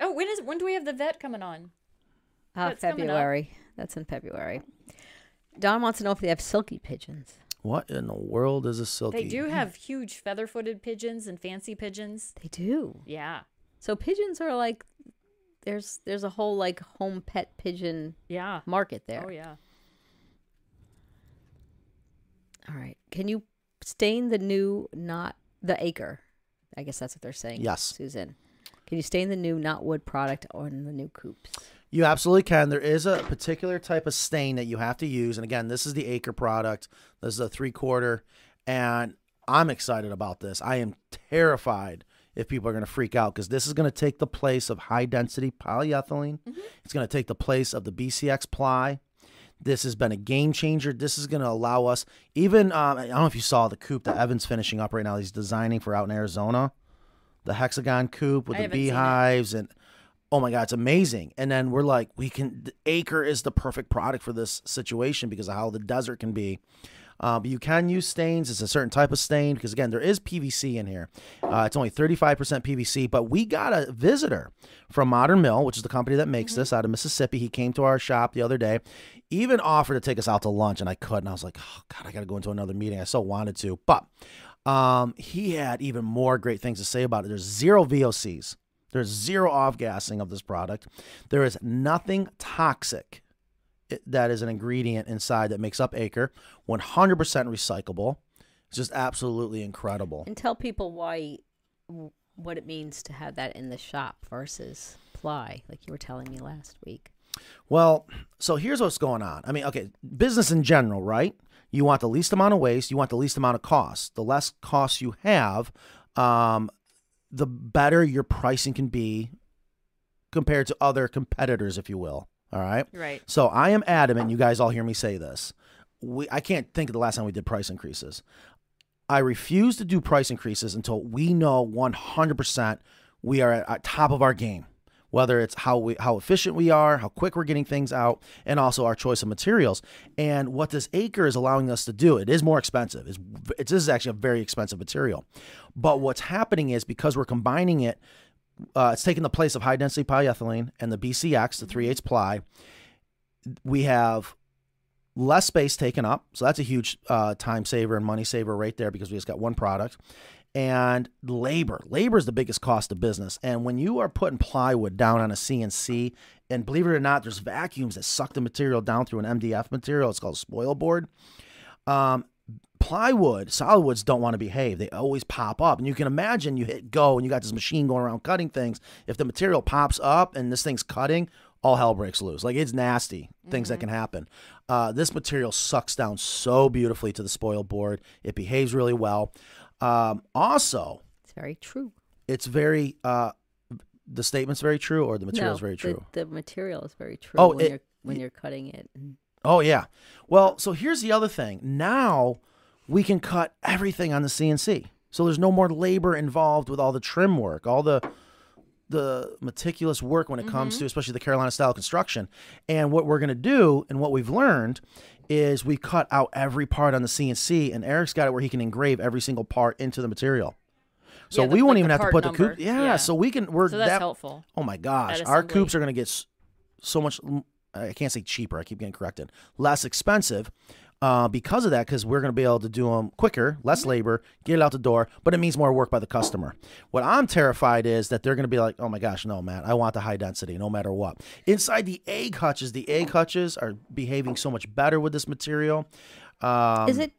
Speaker 3: Oh, when is when do we have the vet coming on?
Speaker 11: Uh,
Speaker 3: That's coming up.
Speaker 11: February. That's in February. Don wants to know if they have silky pigeons.
Speaker 1: What in the world is a silky?
Speaker 3: They do have huge feather-footed pigeons and fancy pigeons.
Speaker 11: They do.
Speaker 3: Yeah,
Speaker 11: So pigeons are like there's there's a whole like home pet pigeon
Speaker 3: yeah.
Speaker 11: market there.
Speaker 3: Oh yeah.
Speaker 11: All right. Can you stain the new not the acre? I guess that's what they're saying.
Speaker 1: Yes.
Speaker 11: Susan. Can you stain the new not wood product on the new coops?
Speaker 1: You absolutely can. There is a particular type of stain that you have to use. And again, this is the acre product. This is a three quarter. And I'm excited about this. I am terrified if people are going to freak out because this is going to take the place of high density polyethylene.
Speaker 11: Mm-hmm.
Speaker 1: It's going to take the place of the BCX ply. This has been a game changer. This is going to allow us, even, um, I don't know if you saw the coupe that Evan's finishing up right now, he's designing for out in Arizona, the hexagon coupe with
Speaker 3: I
Speaker 1: the
Speaker 3: haven't seen it.
Speaker 1: beehives and oh my god it's amazing and then we're like we can the acre is the perfect product for this situation because of how the desert can be uh, but you can use stains it's a certain type of stain because again there is pvc in here uh, it's only 35% pvc but we got a visitor from modern mill which is the company that makes this out of mississippi he came to our shop the other day even offered to take us out to lunch and i couldn't i was like oh god i gotta go into another meeting i so wanted to but um, he had even more great things to say about it there's zero vocs there's zero off gassing of this product. There is nothing toxic i- that is an ingredient inside that makes up Acre. 100% recyclable. It's just absolutely incredible.
Speaker 11: And tell people why w- what it means to have that in the shop versus ply, like you were telling me last week.
Speaker 1: Well, so here's what's going on. I mean, okay, business in general, right? You want the least amount of waste, you want the least amount of cost. The less costs you have, um, the better your pricing can be compared to other competitors, if you will. All right.
Speaker 3: Right.
Speaker 1: So I am adamant. You guys all hear me say this. We I can't think of the last time we did price increases. I refuse to do price increases until we know 100% we are at, at top of our game. Whether it's how we how efficient we are, how quick we're getting things out, and also our choice of materials. And what this acre is allowing us to do, it is more expensive. It's, it's this is actually a very expensive material. But what's happening is because we're combining it, uh, it's taking the place of high density polyethylene and the BCX, the 3 8 ply we have less space taken up. So that's a huge uh, time saver and money saver right there because we just got one product. And labor. Labor is the biggest cost of business. And when you are putting plywood down on a CNC, and believe it or not, there's vacuums that suck the material down through an MDF material. It's called spoil board. Um, plywood, solid woods don't want to behave. They always pop up. And you can imagine you hit go and you got this machine going around cutting things. If the material pops up and this thing's cutting, all hell breaks loose. Like it's nasty things
Speaker 11: Mm-hmm.
Speaker 1: that can happen. Uh, this material sucks down so beautifully to the spoil board. It behaves really well. Um, also,
Speaker 11: It's very true.
Speaker 1: it's very, uh, the statement's very true or the material's
Speaker 11: No,
Speaker 1: very
Speaker 11: the-
Speaker 1: true.
Speaker 11: The, material is very true
Speaker 1: Oh,
Speaker 11: when,
Speaker 1: it-
Speaker 11: you're, when you're cutting it. and-
Speaker 1: Oh yeah. Well, so here's the other thing. Now we can cut everything on the CNC. So there's no more labor involved with all the trim work, all the the meticulous work when it
Speaker 3: Mm-hmm.
Speaker 1: comes to especially the Carolina style construction. And what we're going to do and what we've learned is we cut out every part on the CNC and Eric's got it where he can engrave every single part into the material. So
Speaker 3: Yeah, the-
Speaker 1: we won't
Speaker 3: like the
Speaker 1: even have to
Speaker 3: part
Speaker 1: put the
Speaker 3: number.
Speaker 1: coupe. Yeah,
Speaker 3: Yeah.
Speaker 1: so we can we're
Speaker 3: So that's
Speaker 1: that,
Speaker 3: helpful.
Speaker 1: Oh my gosh,
Speaker 3: At
Speaker 1: our
Speaker 3: assembly.
Speaker 1: coupes are going to get s- so much. l- I can't say cheaper. I keep getting corrected. Less expensive uh, because of that, because we're going to be able to do them quicker, less
Speaker 11: Mm-hmm.
Speaker 1: labor, get it out the door. But it means more work by the customer. What I'm terrified is that they're going to be like, "Oh my gosh, no, Matt, I want the high density, no matter what." Inside the egg hutches, the egg hutches are behaving so much better with this material. Um,
Speaker 11: is it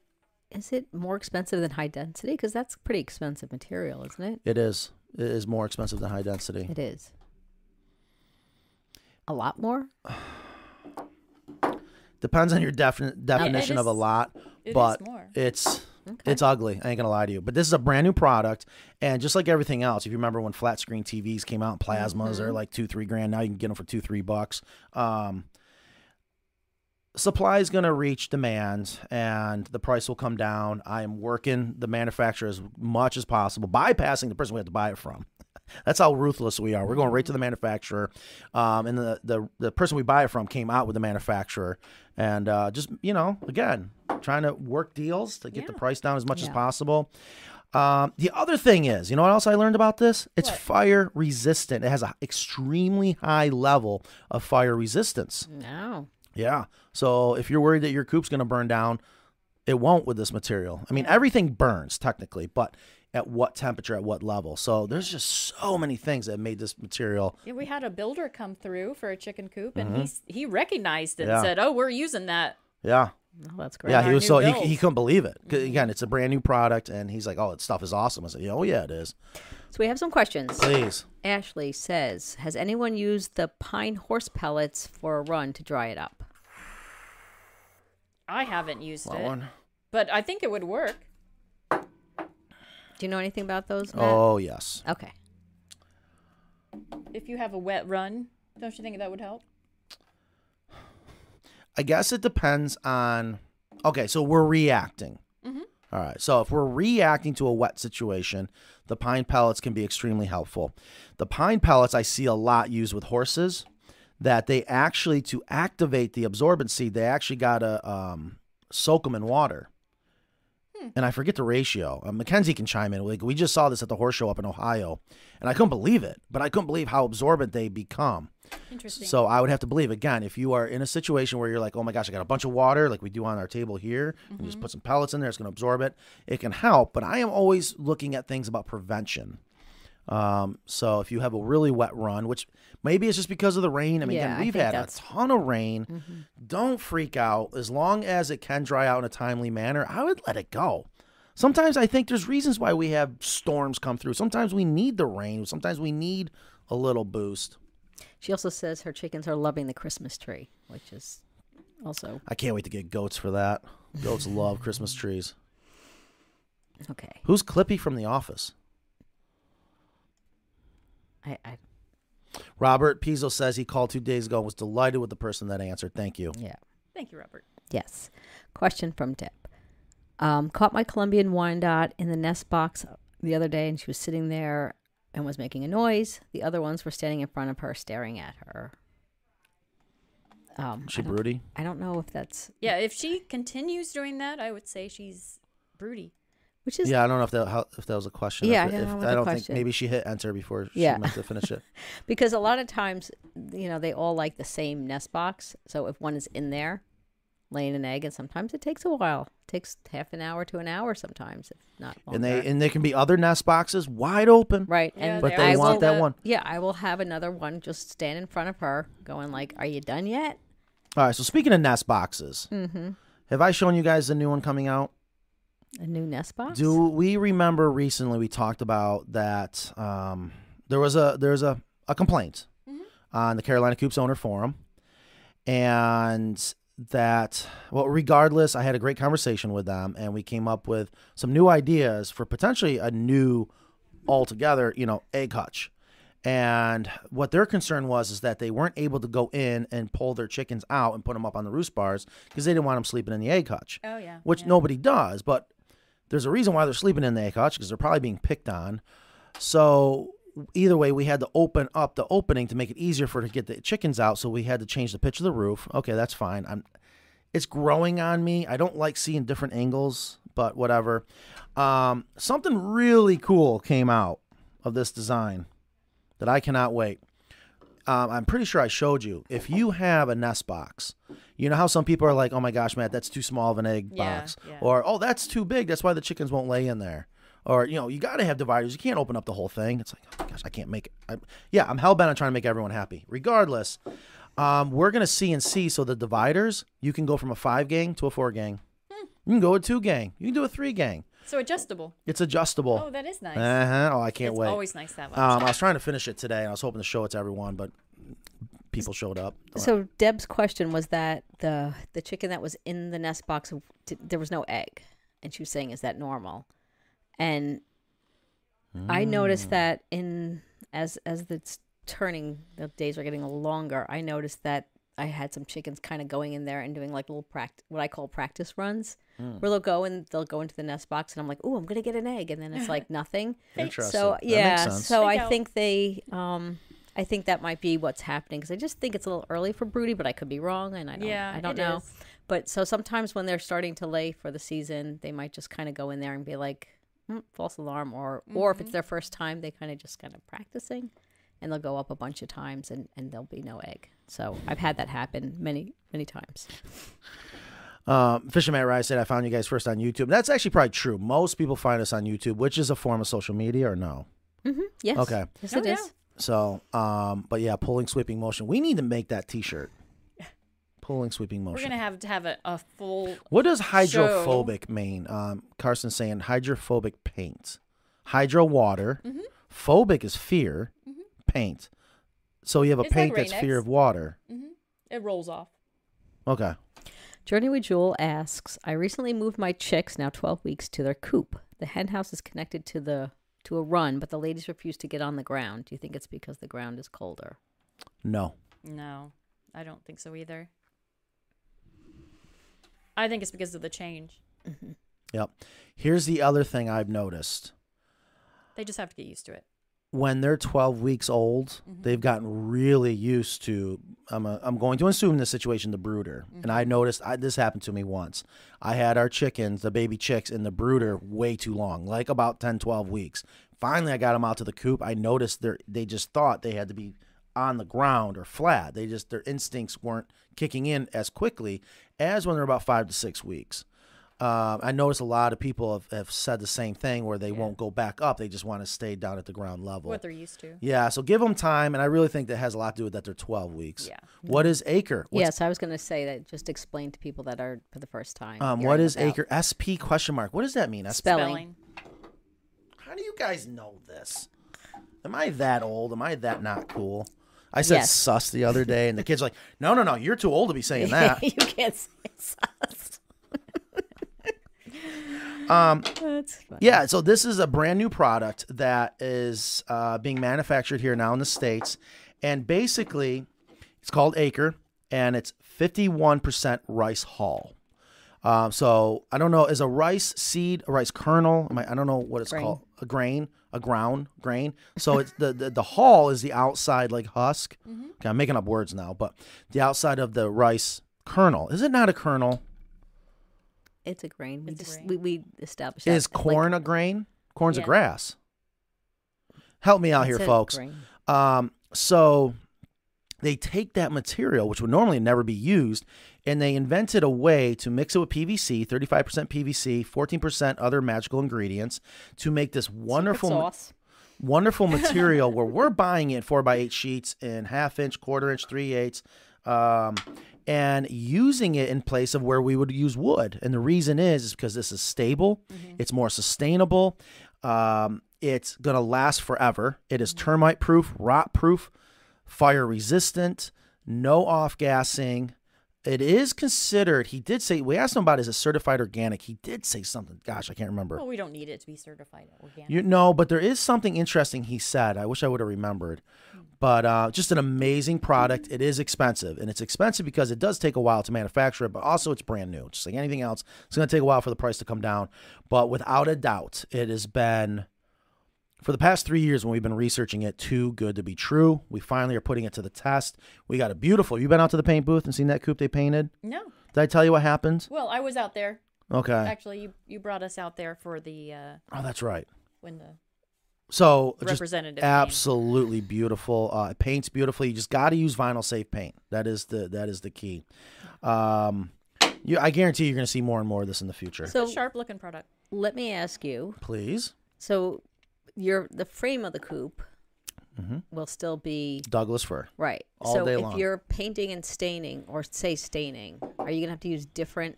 Speaker 11: is it more expensive than high density? Because that's pretty expensive material, isn't it?
Speaker 1: It is. It is more expensive than high density.
Speaker 11: It is. A lot more.
Speaker 1: Depends on your defini- definition of a
Speaker 3: is-
Speaker 1: lot,
Speaker 3: it is
Speaker 1: but
Speaker 3: more.
Speaker 1: it's it's ugly. I ain't gonna lie to you. But this is a brand new product, and just like everything else, if you remember when flat screen TVs came out, plasmas
Speaker 3: Mm-hmm.
Speaker 1: they're like two three grand. Now you can get them for two three bucks. Um, supply is gonna reach demand, and the price will come down. I am working the manufacturer as much as possible, bypassing the person we have to buy it from. That's how ruthless we are. We're going right to the manufacturer, um, and the, the the person we buy it from came out with the manufacturer, and uh, just you know, again, trying to work deals to get the price down as much as possible. Um, the other thing is, you know what else I learned about this? It's fire resistant. It has an extremely high level of fire resistance.
Speaker 11: No.
Speaker 1: Yeah. So if you're worried that your coop's going to burn down, it won't with this material. I mean, everything burns technically, but at what temperature, at what level. So there's just so many things that made this material.
Speaker 3: Yeah, we had a builder come through for a chicken coop, and
Speaker 1: Mhm.
Speaker 3: he s he recognized it
Speaker 1: Yeah.
Speaker 3: and said, "Oh, we're using that."
Speaker 1: Yeah.
Speaker 11: Oh, that's
Speaker 3: great.
Speaker 1: Yeah,
Speaker 3: Our
Speaker 1: he was
Speaker 3: new
Speaker 1: so he,
Speaker 3: build.
Speaker 1: he couldn't believe it. 'Cause Again, it's a brand new product, and he's like, "Oh, that stuff is awesome." I said, "Oh yeah, it is."
Speaker 11: So we have some questions.
Speaker 1: Please.
Speaker 11: Ashley says, "Has anyone used the pine horse pellets for a run to dry it up?"
Speaker 3: I haven't used
Speaker 11: Want
Speaker 3: it,
Speaker 11: one?
Speaker 3: but I think it would work.
Speaker 11: Do you know anything about those? Matt?
Speaker 1: Oh yes.
Speaker 11: Okay.
Speaker 3: If you have a wet run, don't you think that would help?
Speaker 1: I guess it depends on. Okay, so we're reacting.
Speaker 3: Mhm.
Speaker 1: All right. So if we're reacting to a wet situation, the pine pellets can be extremely helpful. The pine pellets I see a lot used with horses that they actually to activate the absorbency, they actually gotta um, soak them in water. And I forget the ratio. Uh, Mackenzie can chime in. Like we just saw this at the horse show up in Ohio, and I couldn't believe it. But I couldn't believe how absorbent they become.
Speaker 3: Interesting.
Speaker 1: So I would have to believe again if you are in a situation where you're like, oh my gosh, I got a bunch of water, like we do on our table here, and
Speaker 11: Mm-hmm.
Speaker 1: you just put some pellets in there, it's going to absorb it. It can help, but I am always looking at things about prevention. Um, so if you have a really wet run, which maybe it's just because of the rain. I mean,
Speaker 11: Yeah,
Speaker 1: again,
Speaker 11: I
Speaker 1: we've
Speaker 11: think
Speaker 1: had a
Speaker 11: that's- Mm-hmm.
Speaker 1: ton of rain. Don't freak out. As long as it can dry out in a timely manner, I would let it go. Sometimes I think there's reasons why we have storms come through. Sometimes we need the rain. Sometimes we need a little boost.
Speaker 11: She also says her chickens are loving the Christmas tree, which is also
Speaker 1: I can't wait to get goats for that. Goats love Christmas trees.
Speaker 11: okay.
Speaker 1: Who's Clippy from The Office?
Speaker 11: I, I
Speaker 1: Robert Pizzo says he called two days ago and was delighted with the person that answered. Thank you.
Speaker 11: Yeah.
Speaker 3: Thank you, Robert.
Speaker 11: Yes. Question from Deb. Um, caught my Colombian Wyandotte in the nest box the other day, and she was sitting there and was making a noise. The other ones were standing in front of her, staring at her. Um,
Speaker 1: She
Speaker 11: I don't-
Speaker 1: broody?
Speaker 11: I don't know if that's
Speaker 3: Yeah, if she continues doing that, I would say she's broody.
Speaker 11: which is
Speaker 1: yeah, I don't know if that how, if that was a question.
Speaker 11: Yeah,
Speaker 1: if,
Speaker 11: I don't
Speaker 1: if-
Speaker 11: know what the
Speaker 1: I don't think
Speaker 11: question-
Speaker 1: maybe she hit enter before
Speaker 11: Yeah.
Speaker 1: she meant to finish
Speaker 11: [laughs]
Speaker 1: it.
Speaker 11: because a lot of times you know they all like the same nest box. So if one is in there laying an egg, and sometimes it takes a while, it takes half an hour to an hour sometimes, if not longer.
Speaker 1: and they and they can be other nest boxes wide open.
Speaker 11: Right. and
Speaker 1: but
Speaker 11: I
Speaker 1: they
Speaker 11: will-
Speaker 1: want that one.
Speaker 11: Yeah, I will have another one just stand in front of her going like, Are you done yet?
Speaker 1: All right. So speaking of nest boxes,
Speaker 11: Mm-hmm.
Speaker 1: have I shown you guys the new one coming out?
Speaker 11: A new nest box?
Speaker 1: Do we remember recently we talked about that um, there was a there was a, a complaint on the Carolina Coops owner forum and that well regardless I had a great conversation with them and we came up with some new ideas for potentially a new altogether, you know, egg hutch. And what their concern was is that they weren't able to go in and pull their chickens out and put them up on the roost bars because they didn't want them sleeping in the egg hutch.
Speaker 3: Oh, yeah,
Speaker 1: Which nobody does, but there's a reason why they're sleeping in the egg hutch because they're probably being picked on. So either way, we had to open up the opening to make it easier for her to get the chickens out. So we had to change the pitch of the roof. Okay, that's fine. I'm it's growing on me. I don't like seeing different angles, but whatever. Um, something really cool came out of this design that I cannot wait. Um, I'm pretty sure I showed you. If you have a nest box, you know how some people are like, "Oh my gosh, Matt, that's too small of an egg
Speaker 12: Yeah,
Speaker 1: box,"
Speaker 12: yeah.
Speaker 1: or "Oh, that's too big. That's why the chickens won't lay in there." Or you know, you got to have dividers. You can't open up the whole thing. It's like, oh my gosh, I can't make it. I, yeah, I'm hell bent on trying to make everyone happy. Regardless, um, we're gonna see and see. So the dividers, you can go from a five gang to a four gang.
Speaker 12: Hmm.
Speaker 1: You can go a two gang. You can do a three gang.
Speaker 3: So adjustable.
Speaker 1: It's adjustable.
Speaker 3: Oh, that is nice.
Speaker 1: Uh huh. Oh, I can't
Speaker 3: It's
Speaker 1: wait.
Speaker 3: always nice that way.
Speaker 1: Um, I was trying to finish it today, and I was hoping to show it to everyone, but people showed up.
Speaker 11: So Deb's question was that the the chicken that was in the nest box d- there was no egg, and she was saying, "Is that normal?" And I
Speaker 1: Hmm.
Speaker 11: noticed that in as as the s- turning the days are getting longer, I noticed that I had some chickens kind of going in there and doing like little practice, what I call practice runs,
Speaker 1: Hmm.
Speaker 11: where they'll go and they'll go into the nest box, and I'm like, "Ooh, I'm gonna get an egg," and then it's like nothing.
Speaker 1: Interesting.
Speaker 11: So
Speaker 1: That makes
Speaker 11: yeah,
Speaker 1: sense.
Speaker 11: so
Speaker 3: Freak
Speaker 11: I
Speaker 3: out.
Speaker 11: think they, um, I think that might be what's happening because I just think it's a little early for broody, but I could be wrong, and I don't,
Speaker 3: Yeah,
Speaker 11: I don't
Speaker 3: it
Speaker 11: know.
Speaker 3: is.
Speaker 11: But so sometimes when they're starting to lay for the season, they might just kind of go in there and be like, "Hmm, false alarm, or or
Speaker 3: Mm-hmm.
Speaker 11: if it's their first time, they kind of just kind of practicing, and they'll go up a bunch of times, and and there'll be no egg. So I've had that happen many many times.
Speaker 1: Um, Fisherman Rye said, I found you guys first on YouTube. That's actually probably true. Most people find us on YouTube, which is a form of social media, or no?
Speaker 11: Mm-hmm. Yes.
Speaker 1: Okay.
Speaker 11: Yes,
Speaker 3: Oh,
Speaker 11: it
Speaker 3: yeah.
Speaker 11: is.
Speaker 1: So, um, but yeah, pulling, sweeping motion. We need to make that t
Speaker 3: [laughs]
Speaker 1: shirt. Pulling, sweeping
Speaker 3: We're
Speaker 1: motion.
Speaker 3: gonna have to have a, a full.
Speaker 1: what does hydrophobic mean? Um, Carson's saying hydrophobic paint. Hydro water. Phobic is fear. Paint. So you have a
Speaker 3: It's like
Speaker 1: paint that's
Speaker 3: Rain-X.
Speaker 1: fear of water.
Speaker 3: It rolls off.
Speaker 1: Okay.
Speaker 11: Journey with Jewel asks, I recently moved my chicks, now 12 weeks, to their coop. The hen house is connected to the to a run, but the ladies refuse to get on the ground. Do you think it's because the ground is colder?
Speaker 1: No.
Speaker 3: No, I don't think so either. I think it's because of the change.
Speaker 1: Yep. Here's the other thing I've noticed.
Speaker 3: They just have to get used to it.
Speaker 1: when they're 12 weeks old, they've gotten really used to. I'm, a, I'm going to assume in this situation the brooder. And I noticed I, this happened to me once. I had our chickens, the baby chicks, in the brooder way too long, like about 10, 12 weeks. Finally, I got them out to the coop. I noticed they they just thought they had to be on the ground or flat. They just their instincts weren't kicking in as quickly as when they're about five to six weeks. Um, I noticed a lot of people have, have said the same thing where they won't go back up. They just want to stay down at the ground level.
Speaker 3: What they're used to.
Speaker 1: Yeah, so give them time, and I really think that has a lot to do with that they're 12 weeks.
Speaker 3: Yeah.
Speaker 1: What is acre? What's-
Speaker 11: yes, I was going to say that. Just explain to people that are for the first time.
Speaker 1: Um,
Speaker 11: hearing
Speaker 1: what is
Speaker 11: about-
Speaker 1: acre?
Speaker 11: [laughs]
Speaker 1: SP question mark. What does that mean? SP?
Speaker 11: Spelling.
Speaker 1: How do you guys know this? Am I that old? Am I that not cool? I said
Speaker 11: Yes.
Speaker 1: sus the other day, and the kids are like, no, no, no, you're too old to be saying
Speaker 11: [laughs]
Speaker 1: that.
Speaker 11: you can't say sus.
Speaker 1: um,
Speaker 11: That's funny.
Speaker 1: Yeah, so this is a brand new product that is uh, being manufactured here now in the States. And basically, it's called Acre and it's 51% rice hull. Um, so I don't know, is a rice seed, a rice kernel? Am I, I don't know what it's
Speaker 11: Grain.
Speaker 1: called. A grain, a ground, grain. So it's the, the, the hull is the outside like husk. Okay, I'm making up words now, but the outside of the rice kernel. Is it not a kernel?
Speaker 11: It's a grain. We
Speaker 3: It's a
Speaker 11: just
Speaker 3: grain.
Speaker 11: We, we established that.
Speaker 1: Is
Speaker 11: Like,
Speaker 1: corn a grain? Corn's a
Speaker 3: Yeah.
Speaker 1: grass. Help me out
Speaker 11: it's
Speaker 1: here,
Speaker 11: a
Speaker 1: folks.
Speaker 11: grain.
Speaker 1: Um, so they take that material, which would normally never be used, and they invented a way to mix it with PVC, 35% PVC, 14% other magical ingredients to make this wonderful
Speaker 11: Secret sauce.
Speaker 1: wonderful material where we're buying it four by eight sheets in half inch, quarter inch, three eighths, um, and using it in place of where we would use wood. And the reason is is because this is stable, it's more sustainable, um, it's gonna last forever. It is termite proof, rot proof, fire resistant, no off gassing. It is considered. He did say we asked him about is it certified organic. He did say something. Gosh, I can't remember.
Speaker 3: Well, we don't need it to be certified organic.
Speaker 1: You know, but there is something interesting he said. I wish I would have remembered. But uh, just an amazing product. It is expensive, and it's expensive because it does take a while to manufacture it, but also it's brand new. Just like anything else, it's going to take a while for the price to come down. But without a doubt, it has been for the past three years when we've been researching it. Too good to be true. We finally are putting it to the test. We got a beautiful. You been out to the paint booth and seen that coupe they painted?
Speaker 3: no.
Speaker 1: Did I tell you what happened?
Speaker 3: Well, I was out there.
Speaker 1: Okay.
Speaker 3: Actually, you, you brought us out there for the uh,
Speaker 1: Oh, that's right.
Speaker 3: when the
Speaker 1: So just
Speaker 3: Representative paint.
Speaker 1: absolutely beautiful. Uh, it paints beautifully. You just got to use vinyl safe paint. That is the that is the key. Um, you, I guarantee you're going to see more and more of this in the future.
Speaker 11: So
Speaker 3: sharp looking product.
Speaker 11: let me ask you.
Speaker 1: Please,
Speaker 11: So your the frame of the coupe
Speaker 1: Mm-hmm.
Speaker 11: will still be
Speaker 1: Douglas fir.
Speaker 11: right.
Speaker 1: all
Speaker 11: so
Speaker 1: day
Speaker 11: if
Speaker 1: long.
Speaker 11: you're painting and staining or say staining, are you going to have to use different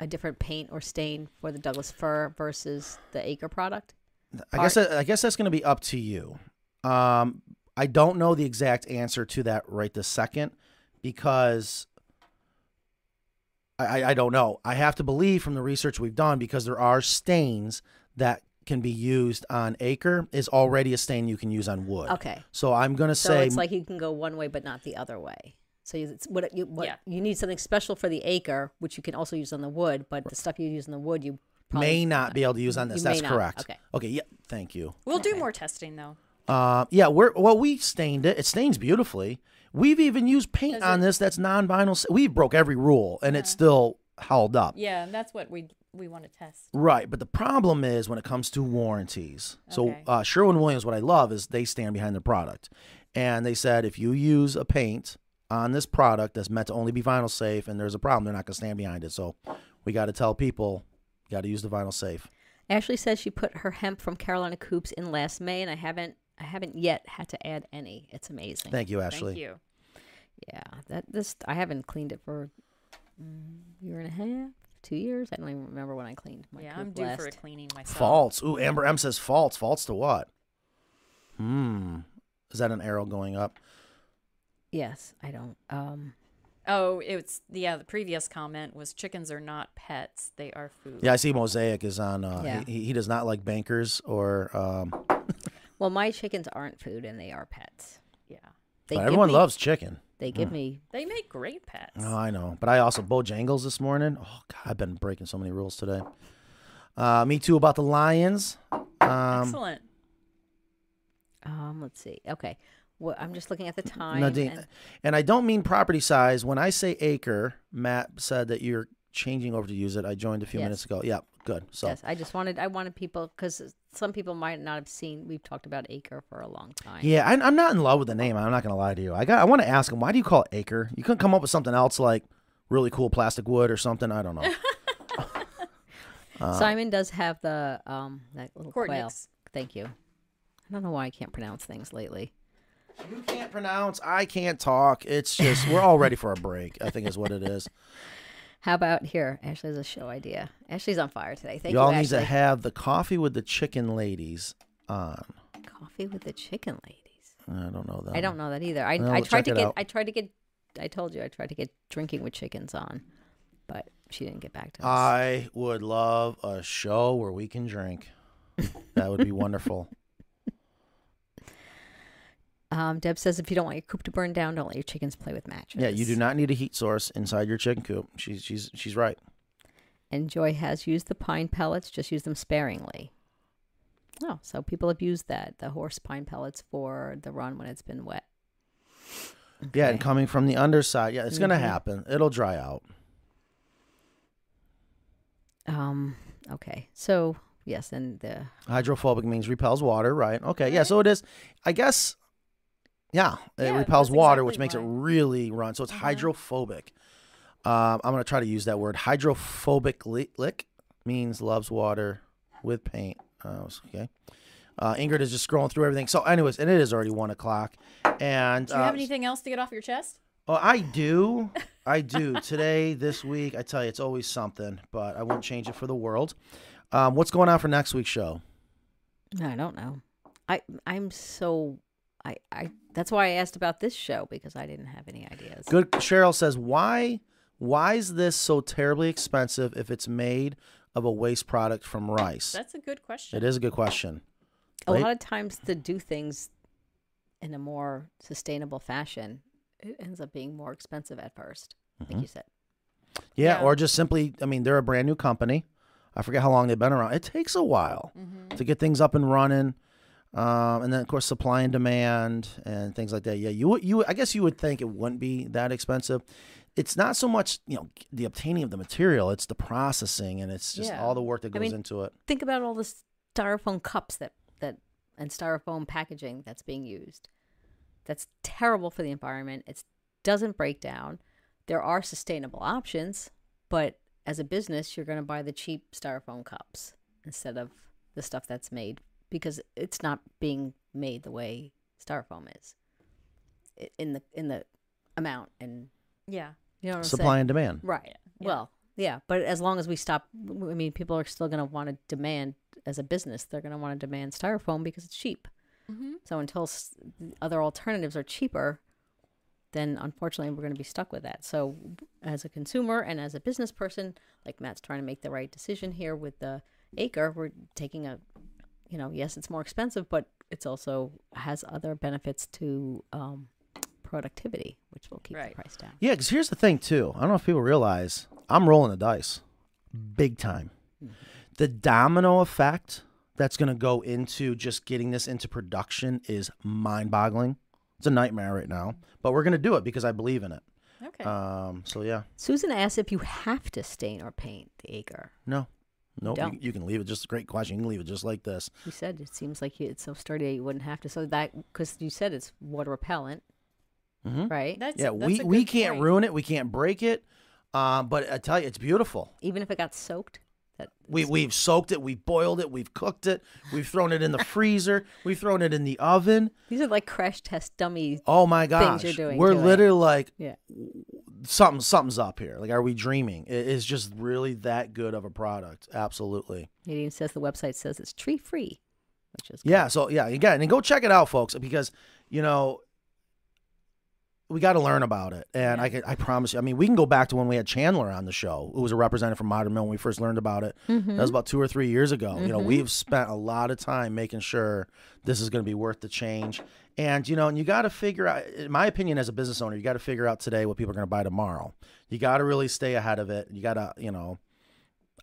Speaker 11: a different paint or stain for the Douglas fir versus the acre product?
Speaker 1: I guess that, I guess that's going to be up to you. Um, I don't know the exact answer to that right this second because I, I, I don't know. I have to believe from the research we've done because there are stains that can be used on acre is already a stain you can use on wood.
Speaker 11: Okay.
Speaker 1: So I'm gonna
Speaker 11: So
Speaker 1: say
Speaker 11: it's like you can go one way but not the other way. So you- it's what you what
Speaker 3: Yeah.
Speaker 11: you need something special for the acre, which you can also use on the wood. But the stuff you use on the wood, you probably,
Speaker 1: may not be able to use on this.
Speaker 11: You
Speaker 1: That's
Speaker 11: may not.
Speaker 1: correct.
Speaker 11: Okay.
Speaker 1: Okay. Yeah. Thank you.
Speaker 3: We'll do more testing though.
Speaker 1: Uh, yeah. We're well. We stained it. It stains beautifully. We've even used paint on this that's non-vinyl. s- We broke every rule, and it's still held up.
Speaker 3: Yeah, that's what we we want to test.
Speaker 1: Right, but the problem is when it comes to warranties.
Speaker 3: Okay.
Speaker 1: So uh, Sherwin Williams, what I love is they stand behind their product, and they said if you use a paint on this product that's meant to only be vinyl safe, and there's a problem, they're not going to stand behind it. So we got to tell people, you got to use the vinyl safe.
Speaker 11: Ashley says she put her hemp from Carolina Coops in last May, and I haven't I haven't yet had to add any. It's amazing.
Speaker 1: Thank you, Ashley.
Speaker 3: Thank you.
Speaker 11: Yeah, that this I haven't cleaned it for mm, year and a half, two years. I don't even remember when I cleaned my.
Speaker 3: yeah,
Speaker 11: coop
Speaker 3: I'm due
Speaker 11: last.
Speaker 3: for a cleaning myself.
Speaker 1: False. Ooh, Amber M says false. False to what? Hmm. Is that an arrow going up?
Speaker 11: Yes, I don't. Um,
Speaker 3: Oh, it's yeah. The previous comment was chickens are not pets; they are food.
Speaker 1: Yeah, I see. Mosaic is on. Uh,
Speaker 11: Yeah.
Speaker 1: he, he does not like bankers or. Um,
Speaker 11: well, my chickens aren't food, and they are pets.
Speaker 3: Yeah.
Speaker 11: They
Speaker 1: but
Speaker 11: give
Speaker 1: everyone
Speaker 11: me-
Speaker 1: loves chicken.
Speaker 11: They give
Speaker 1: Mm.
Speaker 11: me
Speaker 3: They make great pets.
Speaker 1: Oh, I know. But I also Bojangles this morning. Oh God, I've been breaking so many rules today. Uh, me too about the Lions. Um,
Speaker 3: Excellent.
Speaker 11: Um, let's see. Okay, well, I'm just looking at the time.
Speaker 1: Nadine,
Speaker 11: and-
Speaker 1: and-, I don't mean property size. When I say acre, Matt said that you're changing over to use it. I joined a few
Speaker 11: Yes.
Speaker 1: minutes ago. Yeah, good. So
Speaker 11: Yes, I just wanted I wanted people because some people might not have seen. We've talked about acre for a long time.
Speaker 1: yeah, I, I'm not in love with the name. I'm not gonna lie to you. I got. I want to ask him why do you call it acre? You couldn't come up with something else like really cool plastic wood or something. I don't
Speaker 11: [laughs]
Speaker 1: know.
Speaker 11: Uh, Simon does have the um that little
Speaker 3: Court
Speaker 11: quail.
Speaker 3: nix.
Speaker 11: Thank you. I don't know why I can't pronounce things lately.
Speaker 1: You can't pronounce. I can't talk. It's just we're all ready for a break. I think is what it is.
Speaker 11: How about here? Ashley has a show idea. Ashley's on fire today. [laughs] Thank you
Speaker 1: Y'all need
Speaker 11: Ashley.
Speaker 1: to have the coffee with the chicken ladies on.
Speaker 11: Coffee with the chicken ladies.
Speaker 1: I don't know that.
Speaker 11: I don't know that either. I,
Speaker 1: Well,
Speaker 11: I
Speaker 1: check
Speaker 11: tried to
Speaker 1: it
Speaker 11: get
Speaker 1: out.
Speaker 11: I tried to get I told you I tried to get drinking with chickens on, but she didn't get back to us.
Speaker 1: I would love a show where we can drink. That
Speaker 11: [laughs]
Speaker 1: would be wonderful.
Speaker 11: Um, Deb says if you don't want your coop to burn down, don't let your chickens play with matches.
Speaker 1: yeah, you do not need a heat source inside your chicken coop. She's she's she's right.
Speaker 11: And Joy has used the pine pellets, just use them sparingly. Oh, so people have used that, the horse pine pellets for the run when it's been wet.
Speaker 1: Yeah, and
Speaker 11: Okay.
Speaker 1: coming from the underside, yeah, it's gonna
Speaker 11: Mhm.
Speaker 1: happen. It'll dry out.
Speaker 11: Um, okay. So yes, and the
Speaker 1: Hydrophobic means repels water, right? Okay, yeah. So it is. I guess. Yeah, it
Speaker 3: Yeah,
Speaker 1: repels
Speaker 3: that's
Speaker 1: water,
Speaker 3: exactly Mm-hmm.
Speaker 1: which makes it
Speaker 3: why.
Speaker 1: really run. So it's hydrophobic. Um, I'm gonna try to use that word. Hydrophobic li- lick means loves water with paint. Uh, it's okay. Uh, Ingrid is just scrolling through everything. So, anyways, and it is already one o'clock. And
Speaker 3: Do you
Speaker 1: uh,
Speaker 3: have anything else to get off your chest?
Speaker 1: Oh, I
Speaker 3: [laughs]
Speaker 1: do. I do. Today, this week, I tell you, it's always something. But I won't change it for the world. Um, what's going on for next week's show?
Speaker 11: I don't know. I I'm so I I that's why I asked about this show because I didn't have any ideas.
Speaker 1: Good Cheryl says, why why is this so terribly expensive if it's made of a waste product from rice?
Speaker 3: That's a good question.
Speaker 1: It is a good question.
Speaker 11: A
Speaker 1: Right?
Speaker 11: lot of times to do things in a more sustainable fashion, it ends up being more expensive at 1st Like you said.
Speaker 1: yeah,
Speaker 3: yeah.
Speaker 1: or just simply, I mean, they're a brand new company. I forget how long they've been around. It takes a while
Speaker 11: Mm-hmm.
Speaker 1: to get things up and running. Um, and then of course supply and demand and things like that. Yeah, you would- you would- I guess you would think it wouldn't be that expensive. It's not so much, you know, the obtaining of the material, it's the processing and it's just
Speaker 3: Yeah.
Speaker 1: all the work that
Speaker 11: I
Speaker 1: goes
Speaker 11: mean,
Speaker 1: into it.
Speaker 11: think about all the styrofoam cups that that and styrofoam packaging that's being used. That's terrible for the environment. It doesn't break down. There are sustainable options, but as a business, you're going to buy the cheap styrofoam cups instead of the stuff that's made because it's not being made the way styrofoam is i- in the in the amount and
Speaker 3: Yeah.
Speaker 11: you know what I'm saying?
Speaker 1: Supply and demand.
Speaker 11: Right. Well, yeah, but as long as we stop, I mean, people are still going to want to demand as a business. They're going to want to demand styrofoam because it's cheap. So until s- other alternatives are cheaper, then unfortunately we're going to be stuck with that. So as a consumer and as a business person, like Matt's trying to make the right decision here with the acre, we're taking a, you know, yes, it's more expensive, but it's also has other benefits to um, productivity, which will keep the price down.
Speaker 1: Yeah, because here's the thing too. I don't know if people realize I'm rolling the dice, big time. The domino effect that's going to go into just getting this into production is mind-boggling. It's a nightmare right now, but we're going to do it because I believe in it.
Speaker 11: Okay.
Speaker 1: Um. So yeah,
Speaker 11: Susan asks if you have to stain or paint the acre.
Speaker 1: no, no, you,
Speaker 11: don't.
Speaker 1: you can leave it. Just a great question. You can leave it just like this.
Speaker 11: You said it seems like you, it's so sturdy that you wouldn't have to. So that because you said it's water repellent,
Speaker 1: Mhm.
Speaker 11: right?
Speaker 3: That's
Speaker 1: yeah,
Speaker 3: that's
Speaker 1: we
Speaker 3: a
Speaker 1: we
Speaker 3: good
Speaker 1: can't
Speaker 3: point.
Speaker 1: ruin it. We can't break it. Um. But I tell you, it's beautiful.
Speaker 11: Even if it got soaked, that
Speaker 1: We we've soaked it, we've boiled it, we've cooked it, we've thrown it in the freezer, we've thrown it in the oven.
Speaker 11: these are like crash test dummy.
Speaker 1: Oh my
Speaker 11: Things
Speaker 1: gosh,
Speaker 11: you're doing
Speaker 1: we're
Speaker 11: to it.
Speaker 1: literally like
Speaker 11: Yeah.
Speaker 1: something something's up here. Like, are we dreaming? It is just really that good of a product. Absolutely.
Speaker 11: It even says the website says it's tree free, which is
Speaker 1: Yeah. So yeah, again, and go check it out, folks, because you know we got to learn about it. And I can, I promise you. I mean, we can go back to when we had Chandler on the show, who was a representative from Modern Mill when we first learned about it.
Speaker 3: Mm-hmm.
Speaker 1: That was about two or three years ago. You know,
Speaker 11: Mhm.
Speaker 1: we've spent a lot of time making sure this is going to be worth the change. And you know, and you got to figure out. In my opinion, as a business owner, you got to figure out today what people are going to buy tomorrow. You got to really stay ahead of it. You got to, you know,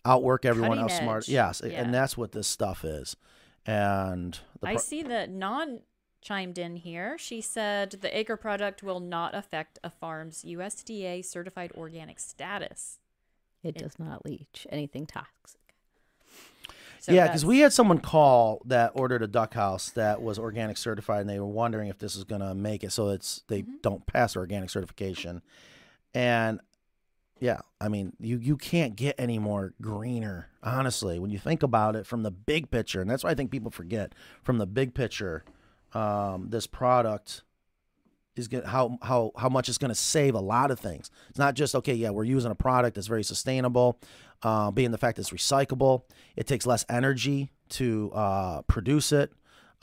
Speaker 1: outwork everyone,
Speaker 3: Cutting
Speaker 1: outsmart.
Speaker 3: edge.
Speaker 1: Yes,
Speaker 3: Yeah.
Speaker 1: and that's what this stuff is. And the
Speaker 3: I
Speaker 1: pro-
Speaker 3: see that non chimed in here. She said the acre product will not affect a farm's USDA certified organic status.
Speaker 11: It does not leach anything toxic.
Speaker 3: So
Speaker 1: yeah, because
Speaker 3: that's-
Speaker 1: we had someone call that ordered a duck house that was organic certified, and they were wondering if this is going to make it so it's they
Speaker 3: Mm-hmm.
Speaker 1: don't pass organic certification. And yeah, I mean, you you can't get any more greener, honestly, when you think about it from the big picture, and that's why I think people forget from the big picture. Um, this product is going how how how much it's going to save a lot of things. It's not just okay, yeah, we're using a product that's very sustainable, uh, being the fact that it's recyclable. It takes less energy to uh, produce it.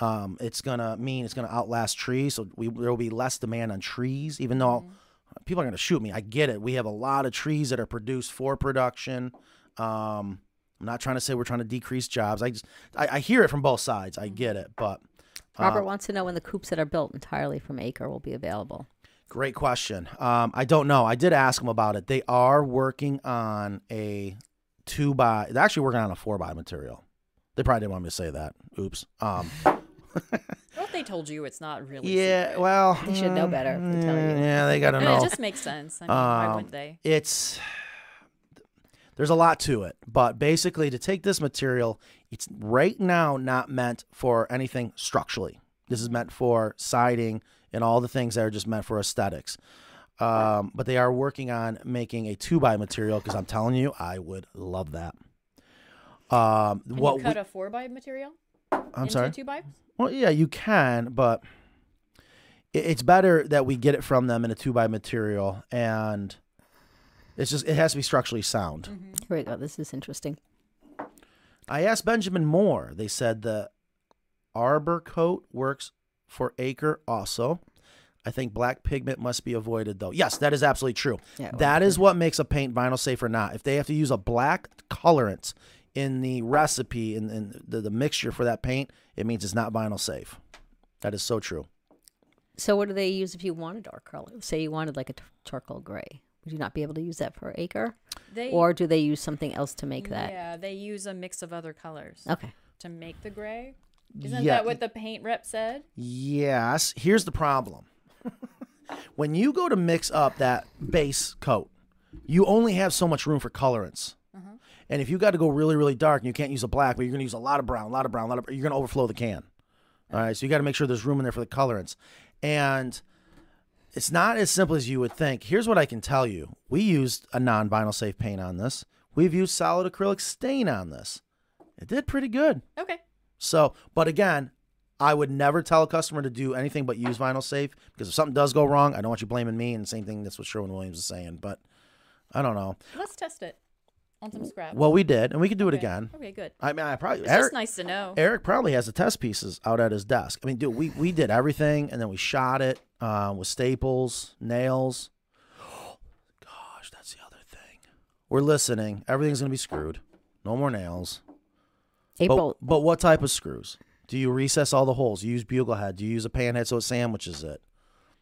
Speaker 1: Um, it's gonna mean it's gonna outlast trees, so we there will be less demand on trees. Even though people are gonna shoot me, I get it. We have a lot of trees that are produced for production. Um, I'm not trying to say we're trying to decrease jobs. I just I, I hear it from both sides. I get it, but
Speaker 11: Robert
Speaker 1: uh,
Speaker 11: wants to know when the coops that are built entirely from acre will be available.
Speaker 1: Great question. Um, I don't know. I did ask them about it. They are working on a two by. They're actually working on a four by material. They probably didn't want me to say that. Oops. Um,
Speaker 3: Well, they told you it's not really.
Speaker 1: yeah. Well, mm,
Speaker 11: They should know better if they tell you.
Speaker 1: yeah, they
Speaker 3: [laughs]
Speaker 1: gotta
Speaker 3: And
Speaker 1: know.
Speaker 3: it just makes sense. I mean, why
Speaker 1: Um,
Speaker 3: would they?
Speaker 1: It's there's a lot to it, but basically, to take this material, it's right now not meant for anything structurally. This is meant for siding and all the things that are just meant for aesthetics. Um, but they are working on making a two by material because I'm telling you, I would love that. Um,
Speaker 3: Can
Speaker 1: what
Speaker 3: you cut
Speaker 1: we-
Speaker 3: a four by material
Speaker 1: I'm
Speaker 3: into
Speaker 1: sorry.
Speaker 3: two by?
Speaker 1: Well, yeah, you can, but i- it's better that we get it from them in a two by material, and it's just it has to be structurally sound.
Speaker 11: Here we go. This is interesting.
Speaker 1: I asked Benjamin Moore. They said the arbor coat works for acre also. I think black pigment must be avoided though. Yes, that is absolutely true.
Speaker 11: Yeah, it
Speaker 1: that is what makes a paint vinyl safe or not. If they have to use a black colorant in the recipe and in, the, the mixture for that paint, it means it's not vinyl safe. That is so true.
Speaker 11: So, what do they use if you want a dark color? Say you wanted like a t- charcoal gray. Would you not be able to use that for acre?
Speaker 3: They
Speaker 11: Or do they use something else to make that?
Speaker 3: Yeah, they use a mix of other colors
Speaker 11: Okay.
Speaker 3: to make the gray. Isn't
Speaker 1: Yeah.
Speaker 3: that what the paint rep said?
Speaker 1: Yes. Here's the problem. [laughs] when you go to mix up that base coat, you only have so much room for colorants. And if you got to go really, really dark and you can't use a black, but you're going to use a lot of brown, a lot of brown, a lot of, you're going to overflow the can. All right. So you got to make sure there's room in there for the colorants. And it's not as simple as you would think. Here's what I can tell you we used a non vinyl safe paint on this, we've used solid acrylic stain on this. It did pretty good.
Speaker 3: Okay.
Speaker 1: So, but again, I would never tell a customer to do anything but use vinyl safe because if something does go wrong, I don't want you blaming me. And same thing, that's what Sherwin Williams is saying. But I don't know.
Speaker 3: Let's test it on some scrap.
Speaker 1: Well, we did, and we could do it
Speaker 3: Okay.
Speaker 1: again.
Speaker 3: Okay, good.
Speaker 1: I mean, I probably
Speaker 3: It's
Speaker 1: Eric,
Speaker 3: just nice to know.
Speaker 1: Eric probably has the test pieces out at his desk. I mean, dude, we we did everything, and then we shot it um, with staples, nails. [gasps] Gosh, that's the other thing. We're listening. Everything's gonna be screwed. No more nails. But-
Speaker 11: April,
Speaker 1: But, what type of screws? Do you recess all the holes? You use bugle head? Do you use a pan head so it sandwiches it?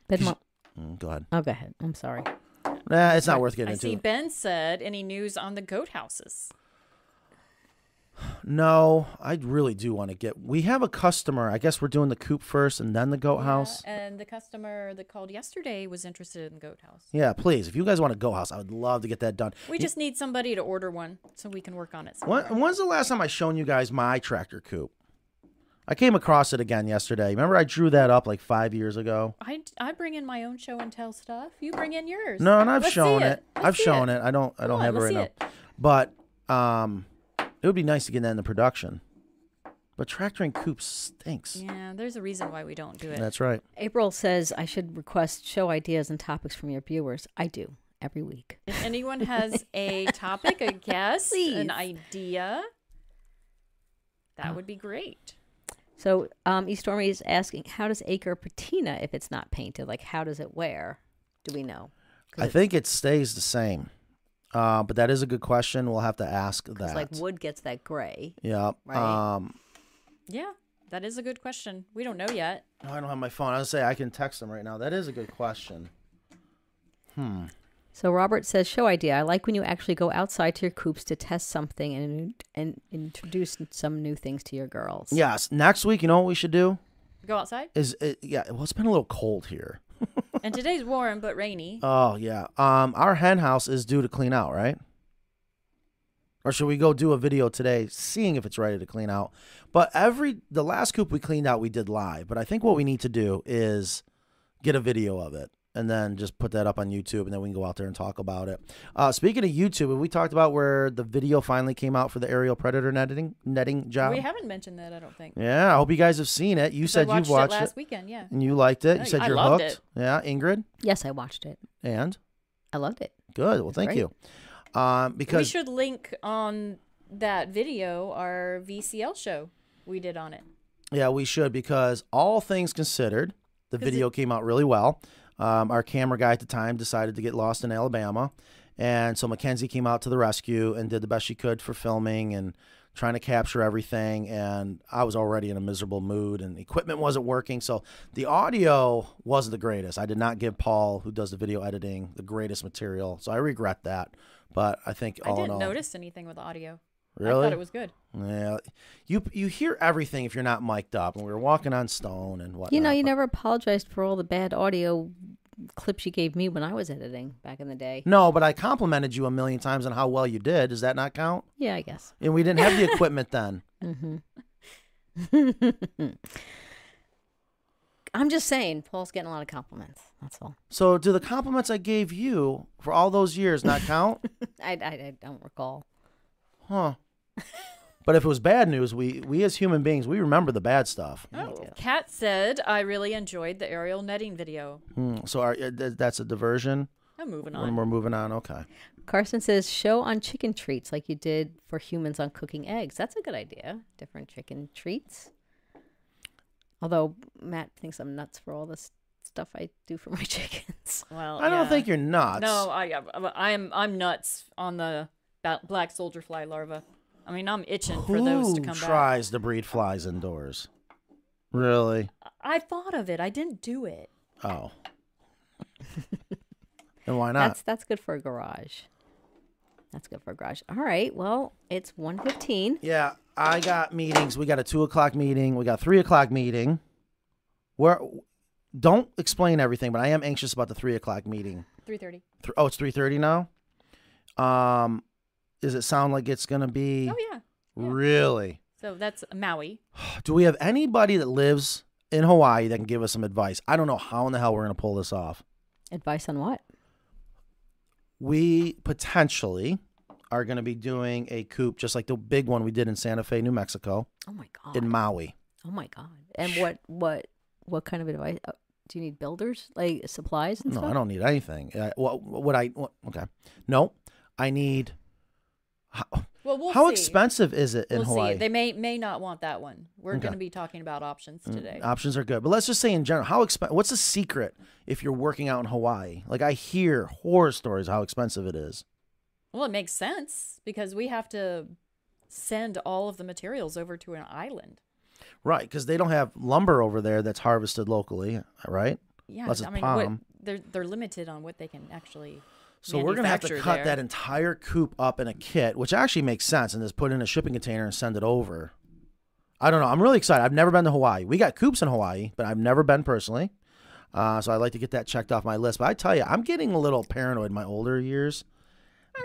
Speaker 11: Ben,
Speaker 1: Did
Speaker 11: wa-
Speaker 1: Mm, go ahead.
Speaker 11: Oh, go ahead. I'm sorry.
Speaker 1: Nah, it's not worth getting
Speaker 3: I
Speaker 1: into.
Speaker 3: see Ben said, any news on the goat houses?
Speaker 1: No, I really do want to get. We have a customer. I guess we're doing the coop first and then the goat house.
Speaker 3: And the customer that called yesterday was interested in the goat house.
Speaker 1: Yeah, please. If you guys want a goat house, I would love to get that done.
Speaker 3: We
Speaker 1: You-
Speaker 3: just need somebody to order one so we can work on it.
Speaker 1: When, when's the last time I shown you guys my tractor coop? I came across it again yesterday. Remember, I drew that up like five years ago.
Speaker 3: I, I bring in my own show and tell stuff. You bring in yours.
Speaker 1: No, and I've
Speaker 3: Let's see
Speaker 1: shown it.
Speaker 3: Let's
Speaker 1: I've
Speaker 3: see
Speaker 1: shown it. I don't. I don't
Speaker 3: on,
Speaker 1: have it
Speaker 3: let's
Speaker 1: right now.
Speaker 3: see
Speaker 1: But um, it would be nice to get that into production. But tractoring coop stinks.
Speaker 3: Yeah, there's a reason why we don't do it.
Speaker 1: That's right.
Speaker 11: April says I should request show ideas and topics from your viewers. I do every week.
Speaker 3: If anyone
Speaker 1: [laughs]
Speaker 3: has a topic, a guess,
Speaker 11: Please.
Speaker 3: an idea, that would be great.
Speaker 11: So um, East Stormy is asking, how does Acre patina if it's not painted? Like, how does it wear? Do we know? 'Cause
Speaker 1: I
Speaker 11: it's-
Speaker 1: think it stays the same. Uh, but that is a good question. We'll have to ask
Speaker 11: 'cause,
Speaker 1: that.
Speaker 11: like wood gets that gray.
Speaker 1: yeah.
Speaker 11: right?
Speaker 1: Um,
Speaker 3: Yeah, that is a good question. We don't know yet.
Speaker 1: no, oh, I don't have my phone. I was gonna say I can text them right now. That is a good question. Hmm.
Speaker 11: So Robert says, show idea. I like when you actually go outside to your coops to test something and and introduce some new things to your girls.
Speaker 1: Yes. Next week, you know what we should do
Speaker 3: Go outside.
Speaker 1: is it, yeah. Well, it's been a little cold here.
Speaker 3: And today's warm but rainy.
Speaker 1: Oh yeah. Um, our hen house is due to clean out, right? Or should we go do a video today, seeing if it's ready to clean out? But every the last coop we cleaned out, we did live. But I think what we need to do is get a video of it and then just put that up on YouTube, and then we can go out there and talk about it. Uh, speaking of YouTube, have we talked about where the video finally came out for the aerial predator netting netting job?
Speaker 3: we haven't mentioned that, I don't think.
Speaker 1: Yeah, I hope you guys have seen it. You
Speaker 3: 'Cause I
Speaker 1: said you've
Speaker 3: watched it
Speaker 1: watched
Speaker 3: last weekend, yeah.
Speaker 1: and you liked it.
Speaker 3: Yeah,
Speaker 1: You said
Speaker 3: I
Speaker 1: you're
Speaker 3: loved
Speaker 1: hooked.
Speaker 3: it.
Speaker 1: Yeah, Ingrid,
Speaker 11: Yes, I watched it.
Speaker 1: and
Speaker 11: I loved it.
Speaker 1: Good. Well, thank
Speaker 11: great.
Speaker 1: you. Um,
Speaker 3: we
Speaker 1: because
Speaker 3: should link on that video our VCL show we did on it.
Speaker 1: yeah, we should because all things considered, the
Speaker 3: 'Cause
Speaker 1: video came out really well. Um, our camera guy at the time decided to get lost in Alabama, and so Mackenzie came out to the rescue and did the best she could for filming and trying to capture everything. And I was already in a miserable mood, and equipment wasn't working, so the audio wasn't the greatest. I did not give Paul, who does the video editing, the greatest material, so I regret that. But I think all
Speaker 3: I
Speaker 1: in
Speaker 3: didn't
Speaker 1: all,
Speaker 3: notice anything with audio. I
Speaker 1: Oh, Really?
Speaker 3: thought it was good.
Speaker 1: Yeah, you you hear everything if you're not mic'd up. And we were walking on stone and whatnot.
Speaker 11: You know, you never apologized for all the bad audio clips you gave me when I was editing back in the day.
Speaker 1: No, but I complimented you a million times on how well you did. Does that not count?
Speaker 11: Yeah, I guess.
Speaker 1: And we didn't have
Speaker 3: [laughs]
Speaker 1: the equipment then.
Speaker 11: hmm I'm just saying, Paul's getting a lot of compliments. That's all. [laughs]
Speaker 1: So do the compliments I gave you for all those years not
Speaker 3: [laughs]
Speaker 1: count?
Speaker 11: I, I, I don't recall.
Speaker 1: huh. But if it was bad news, we we as human beings we remember the bad stuff.
Speaker 3: Oh, Kat said, I really enjoyed the aerial netting video.
Speaker 1: Hmm, so our, uh, th- that's a diversion.
Speaker 3: I'm moving
Speaker 1: When
Speaker 3: on.
Speaker 1: we're moving on, okay.
Speaker 11: Carson says, show on chicken treats like you did for humans on cooking eggs. That's a good idea. Different chicken treats. Although Matt thinks I'm nuts for all this stuff I do for my [laughs] chickens.
Speaker 3: Well,
Speaker 1: I don't
Speaker 3: Oh, yeah.
Speaker 1: think you're nuts.
Speaker 3: No, I, I am. I'm nuts on the ba- black soldier fly larva. I mean, I'm itching for those to
Speaker 1: Who
Speaker 3: come back.
Speaker 1: tries to breed flies indoors? Really?
Speaker 3: I thought of it. I didn't do it.
Speaker 1: Oh. [laughs] and why not?
Speaker 11: That's that's good for a garage. That's good for a garage. All right. Well, it's 115.
Speaker 1: Yeah, I got meetings. We got a two o'clock meeting. We got three o'clock meeting. Where? Don't explain everything, but I am anxious about the three o'clock meeting.
Speaker 3: Three thirty.
Speaker 1: Th- Oh, it's three thirty now. Um, does it sound like it's gonna be
Speaker 3: Oh yeah.
Speaker 1: really?
Speaker 3: So that's Maui.
Speaker 1: Do we have anybody that lives in Hawaii that can give us some advice? I don't know how in the hell we're gonna pull this off.
Speaker 11: Advice on what?
Speaker 1: we potentially are going to be doing a coup just like the big one we did in Santa Fe, New Mexico,
Speaker 11: Oh my god.
Speaker 1: in Maui.
Speaker 11: oh my god. And what what what kind of advice? Uh, do you need builders like supplies and
Speaker 1: No,
Speaker 11: stuff?
Speaker 1: I don't need anything. I, what would I? What, okay, no, I need. How,
Speaker 3: Well, we'll
Speaker 1: how
Speaker 3: see.
Speaker 1: expensive is it in
Speaker 3: we'll
Speaker 1: Hawaii?
Speaker 3: see. They may may not want that one. We're
Speaker 1: Okay.
Speaker 3: going to be talking about options
Speaker 1: Mm,
Speaker 3: today.
Speaker 1: Options are good, but let's just say in general, how expensive? What's the secret if you're working out in Hawaii? Like I hear horror stories how expensive it is.
Speaker 3: well, it makes sense because we have to send all of the materials over to an island.
Speaker 1: Right, because they don't have lumber over there that's harvested locally, right?
Speaker 3: Yeah,
Speaker 1: Unless it's
Speaker 3: I mean,
Speaker 1: palm.
Speaker 3: What, they're they're limited on what they can actually.
Speaker 1: So we're gonna have to
Speaker 3: manufacture
Speaker 1: cut
Speaker 3: there.
Speaker 1: that entire coop up in a kit, which actually makes sense, and just put it in a shipping container and send it over. I don't know. I'm really excited. I've never been to Hawaii. We got coops in Hawaii, but I've never been personally. Uh, so I'd like to get that checked off my list. But I tell you, I'm getting a little paranoid in my older years.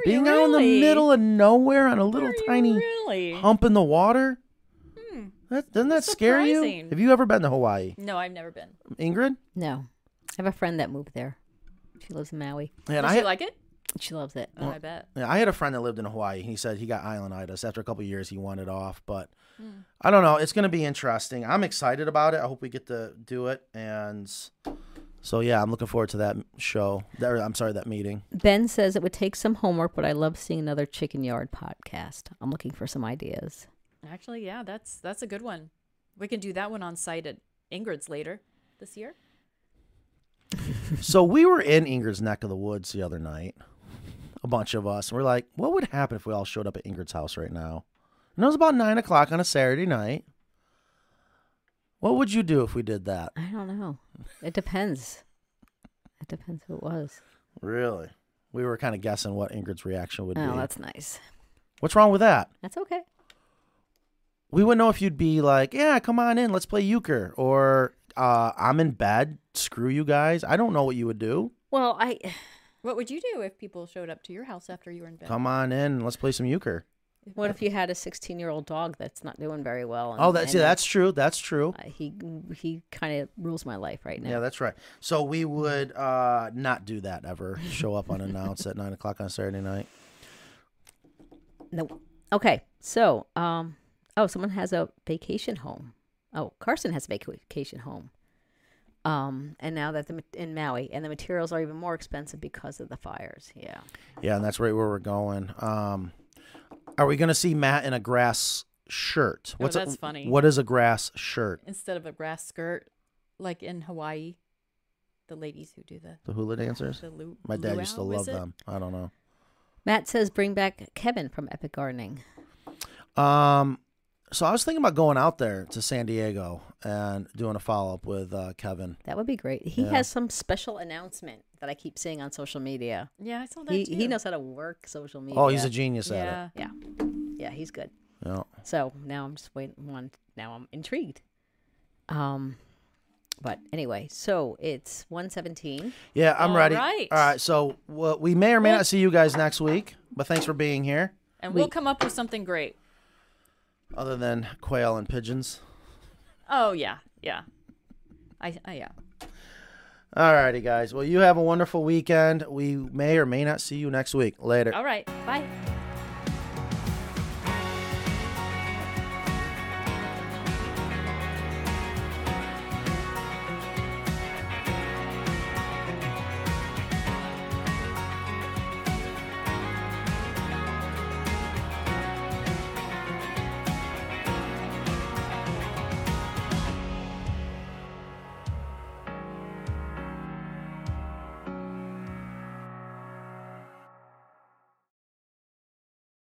Speaker 1: Being out in the
Speaker 3: really?
Speaker 1: middle of nowhere on a little tiny
Speaker 3: really? Hmm.
Speaker 1: hump in the water. That, doesn't that scare you?
Speaker 3: Surprising.
Speaker 1: Have you ever been to Hawaii,
Speaker 3: No, I've never been.
Speaker 1: Ingrid?
Speaker 11: No. I have a friend that moved there. She lives in Maui.
Speaker 1: And
Speaker 3: Does
Speaker 1: I
Speaker 3: she like it?
Speaker 11: She loves it.
Speaker 3: Oh, I bet.
Speaker 1: Yeah, I had a friend that lived in Hawaii. He said he got islanditis. After a couple of years, he wanted off. But I don't know. It's going to be interesting. I'm excited about it. I hope we get to do it. And so, yeah, I'm looking forward to that show. That, or, I'm sorry, that meeting.
Speaker 11: Ben says it would take some homework, but I love seeing another chicken yard podcast. I'm looking for some ideas.
Speaker 3: Actually, yeah, that's that's a good one. We can do that one on site at Ingrid's later this year.
Speaker 1: so we were in Ingrid's neck of the woods the other night, a bunch of us. And we're like, what would happen if we all showed up at Ingrid's house right now? And it was about 9 o'clock on a Saturday night. What would you do if we did that?
Speaker 11: I don't know. It depends. It depends who it was.
Speaker 1: Really? We were kind of guessing what Ingrid's reaction would be.
Speaker 11: Oh, that's nice.
Speaker 1: What's wrong with that?
Speaker 11: That's okay.
Speaker 1: we wouldn't know if you'd be like, yeah, come on in, let's play euchre, or uh, I'm in bed, screw you guys. I don't know what you would do.
Speaker 11: Well, I
Speaker 3: What would you do if people showed up to your house after you were in bed?
Speaker 1: Come on in, let's play some euchre.
Speaker 11: what if you had a 16 year old dog that's not doing very well?
Speaker 1: Oh, that's yeah,
Speaker 11: and,
Speaker 1: that's true. That's true.
Speaker 11: uh, he he kind of rules my life right now.
Speaker 1: Yeah, that's right. So we would uh, not do that ever. Show up [laughs] unannounced at nine o'clock on Saturday night.
Speaker 11: No. Okay. So, um, oh, someone has a vacation home. Oh, Carson has a vac- vacation home. Um, and now that the ma- in Maui, and the materials are even more expensive because of the fires. Yeah.
Speaker 1: Yeah, and that's right where we're going. Um, are we gonna see Matt in a grass shirt?
Speaker 3: Oh, that's
Speaker 1: a,
Speaker 3: funny.
Speaker 1: What is a grass shirt?
Speaker 3: Instead of a grass skirt, like in Hawaii, the ladies who do the
Speaker 1: The hula dancers.
Speaker 3: the lu-
Speaker 1: My dad used to
Speaker 3: luau, is
Speaker 1: love
Speaker 3: it?
Speaker 1: them. I don't know.
Speaker 11: Matt says, "Bring back Kevin from Epic Gardening."
Speaker 1: Um, so I was thinking about going out there to San Diego and doing a follow up with uh, Kevin.
Speaker 11: That would be great. He
Speaker 1: Yeah.
Speaker 11: has some special announcement that I keep seeing on social media.
Speaker 3: Yeah, I saw that
Speaker 11: He
Speaker 3: too.
Speaker 11: he knows how to work social media.
Speaker 1: Oh, he's a genius at
Speaker 3: Yeah,
Speaker 11: yeah, yeah. He's good.
Speaker 1: it. Yeah.
Speaker 11: So now I'm just waiting. One now I'm intrigued. Um, but anyway, so it's one seventeen.
Speaker 1: Yeah, I'm
Speaker 3: All
Speaker 1: ready.
Speaker 3: right.
Speaker 1: All right. So well, we may or may not see you guys next week, but thanks for being here.
Speaker 3: and we'll come up with something great.
Speaker 1: Other than quail and pigeons.
Speaker 3: Oh yeah, yeah. I, I yeah.
Speaker 1: All righty, guys. Well, you have a wonderful weekend. We may or may not see you next week. Later.
Speaker 3: All right. Bye.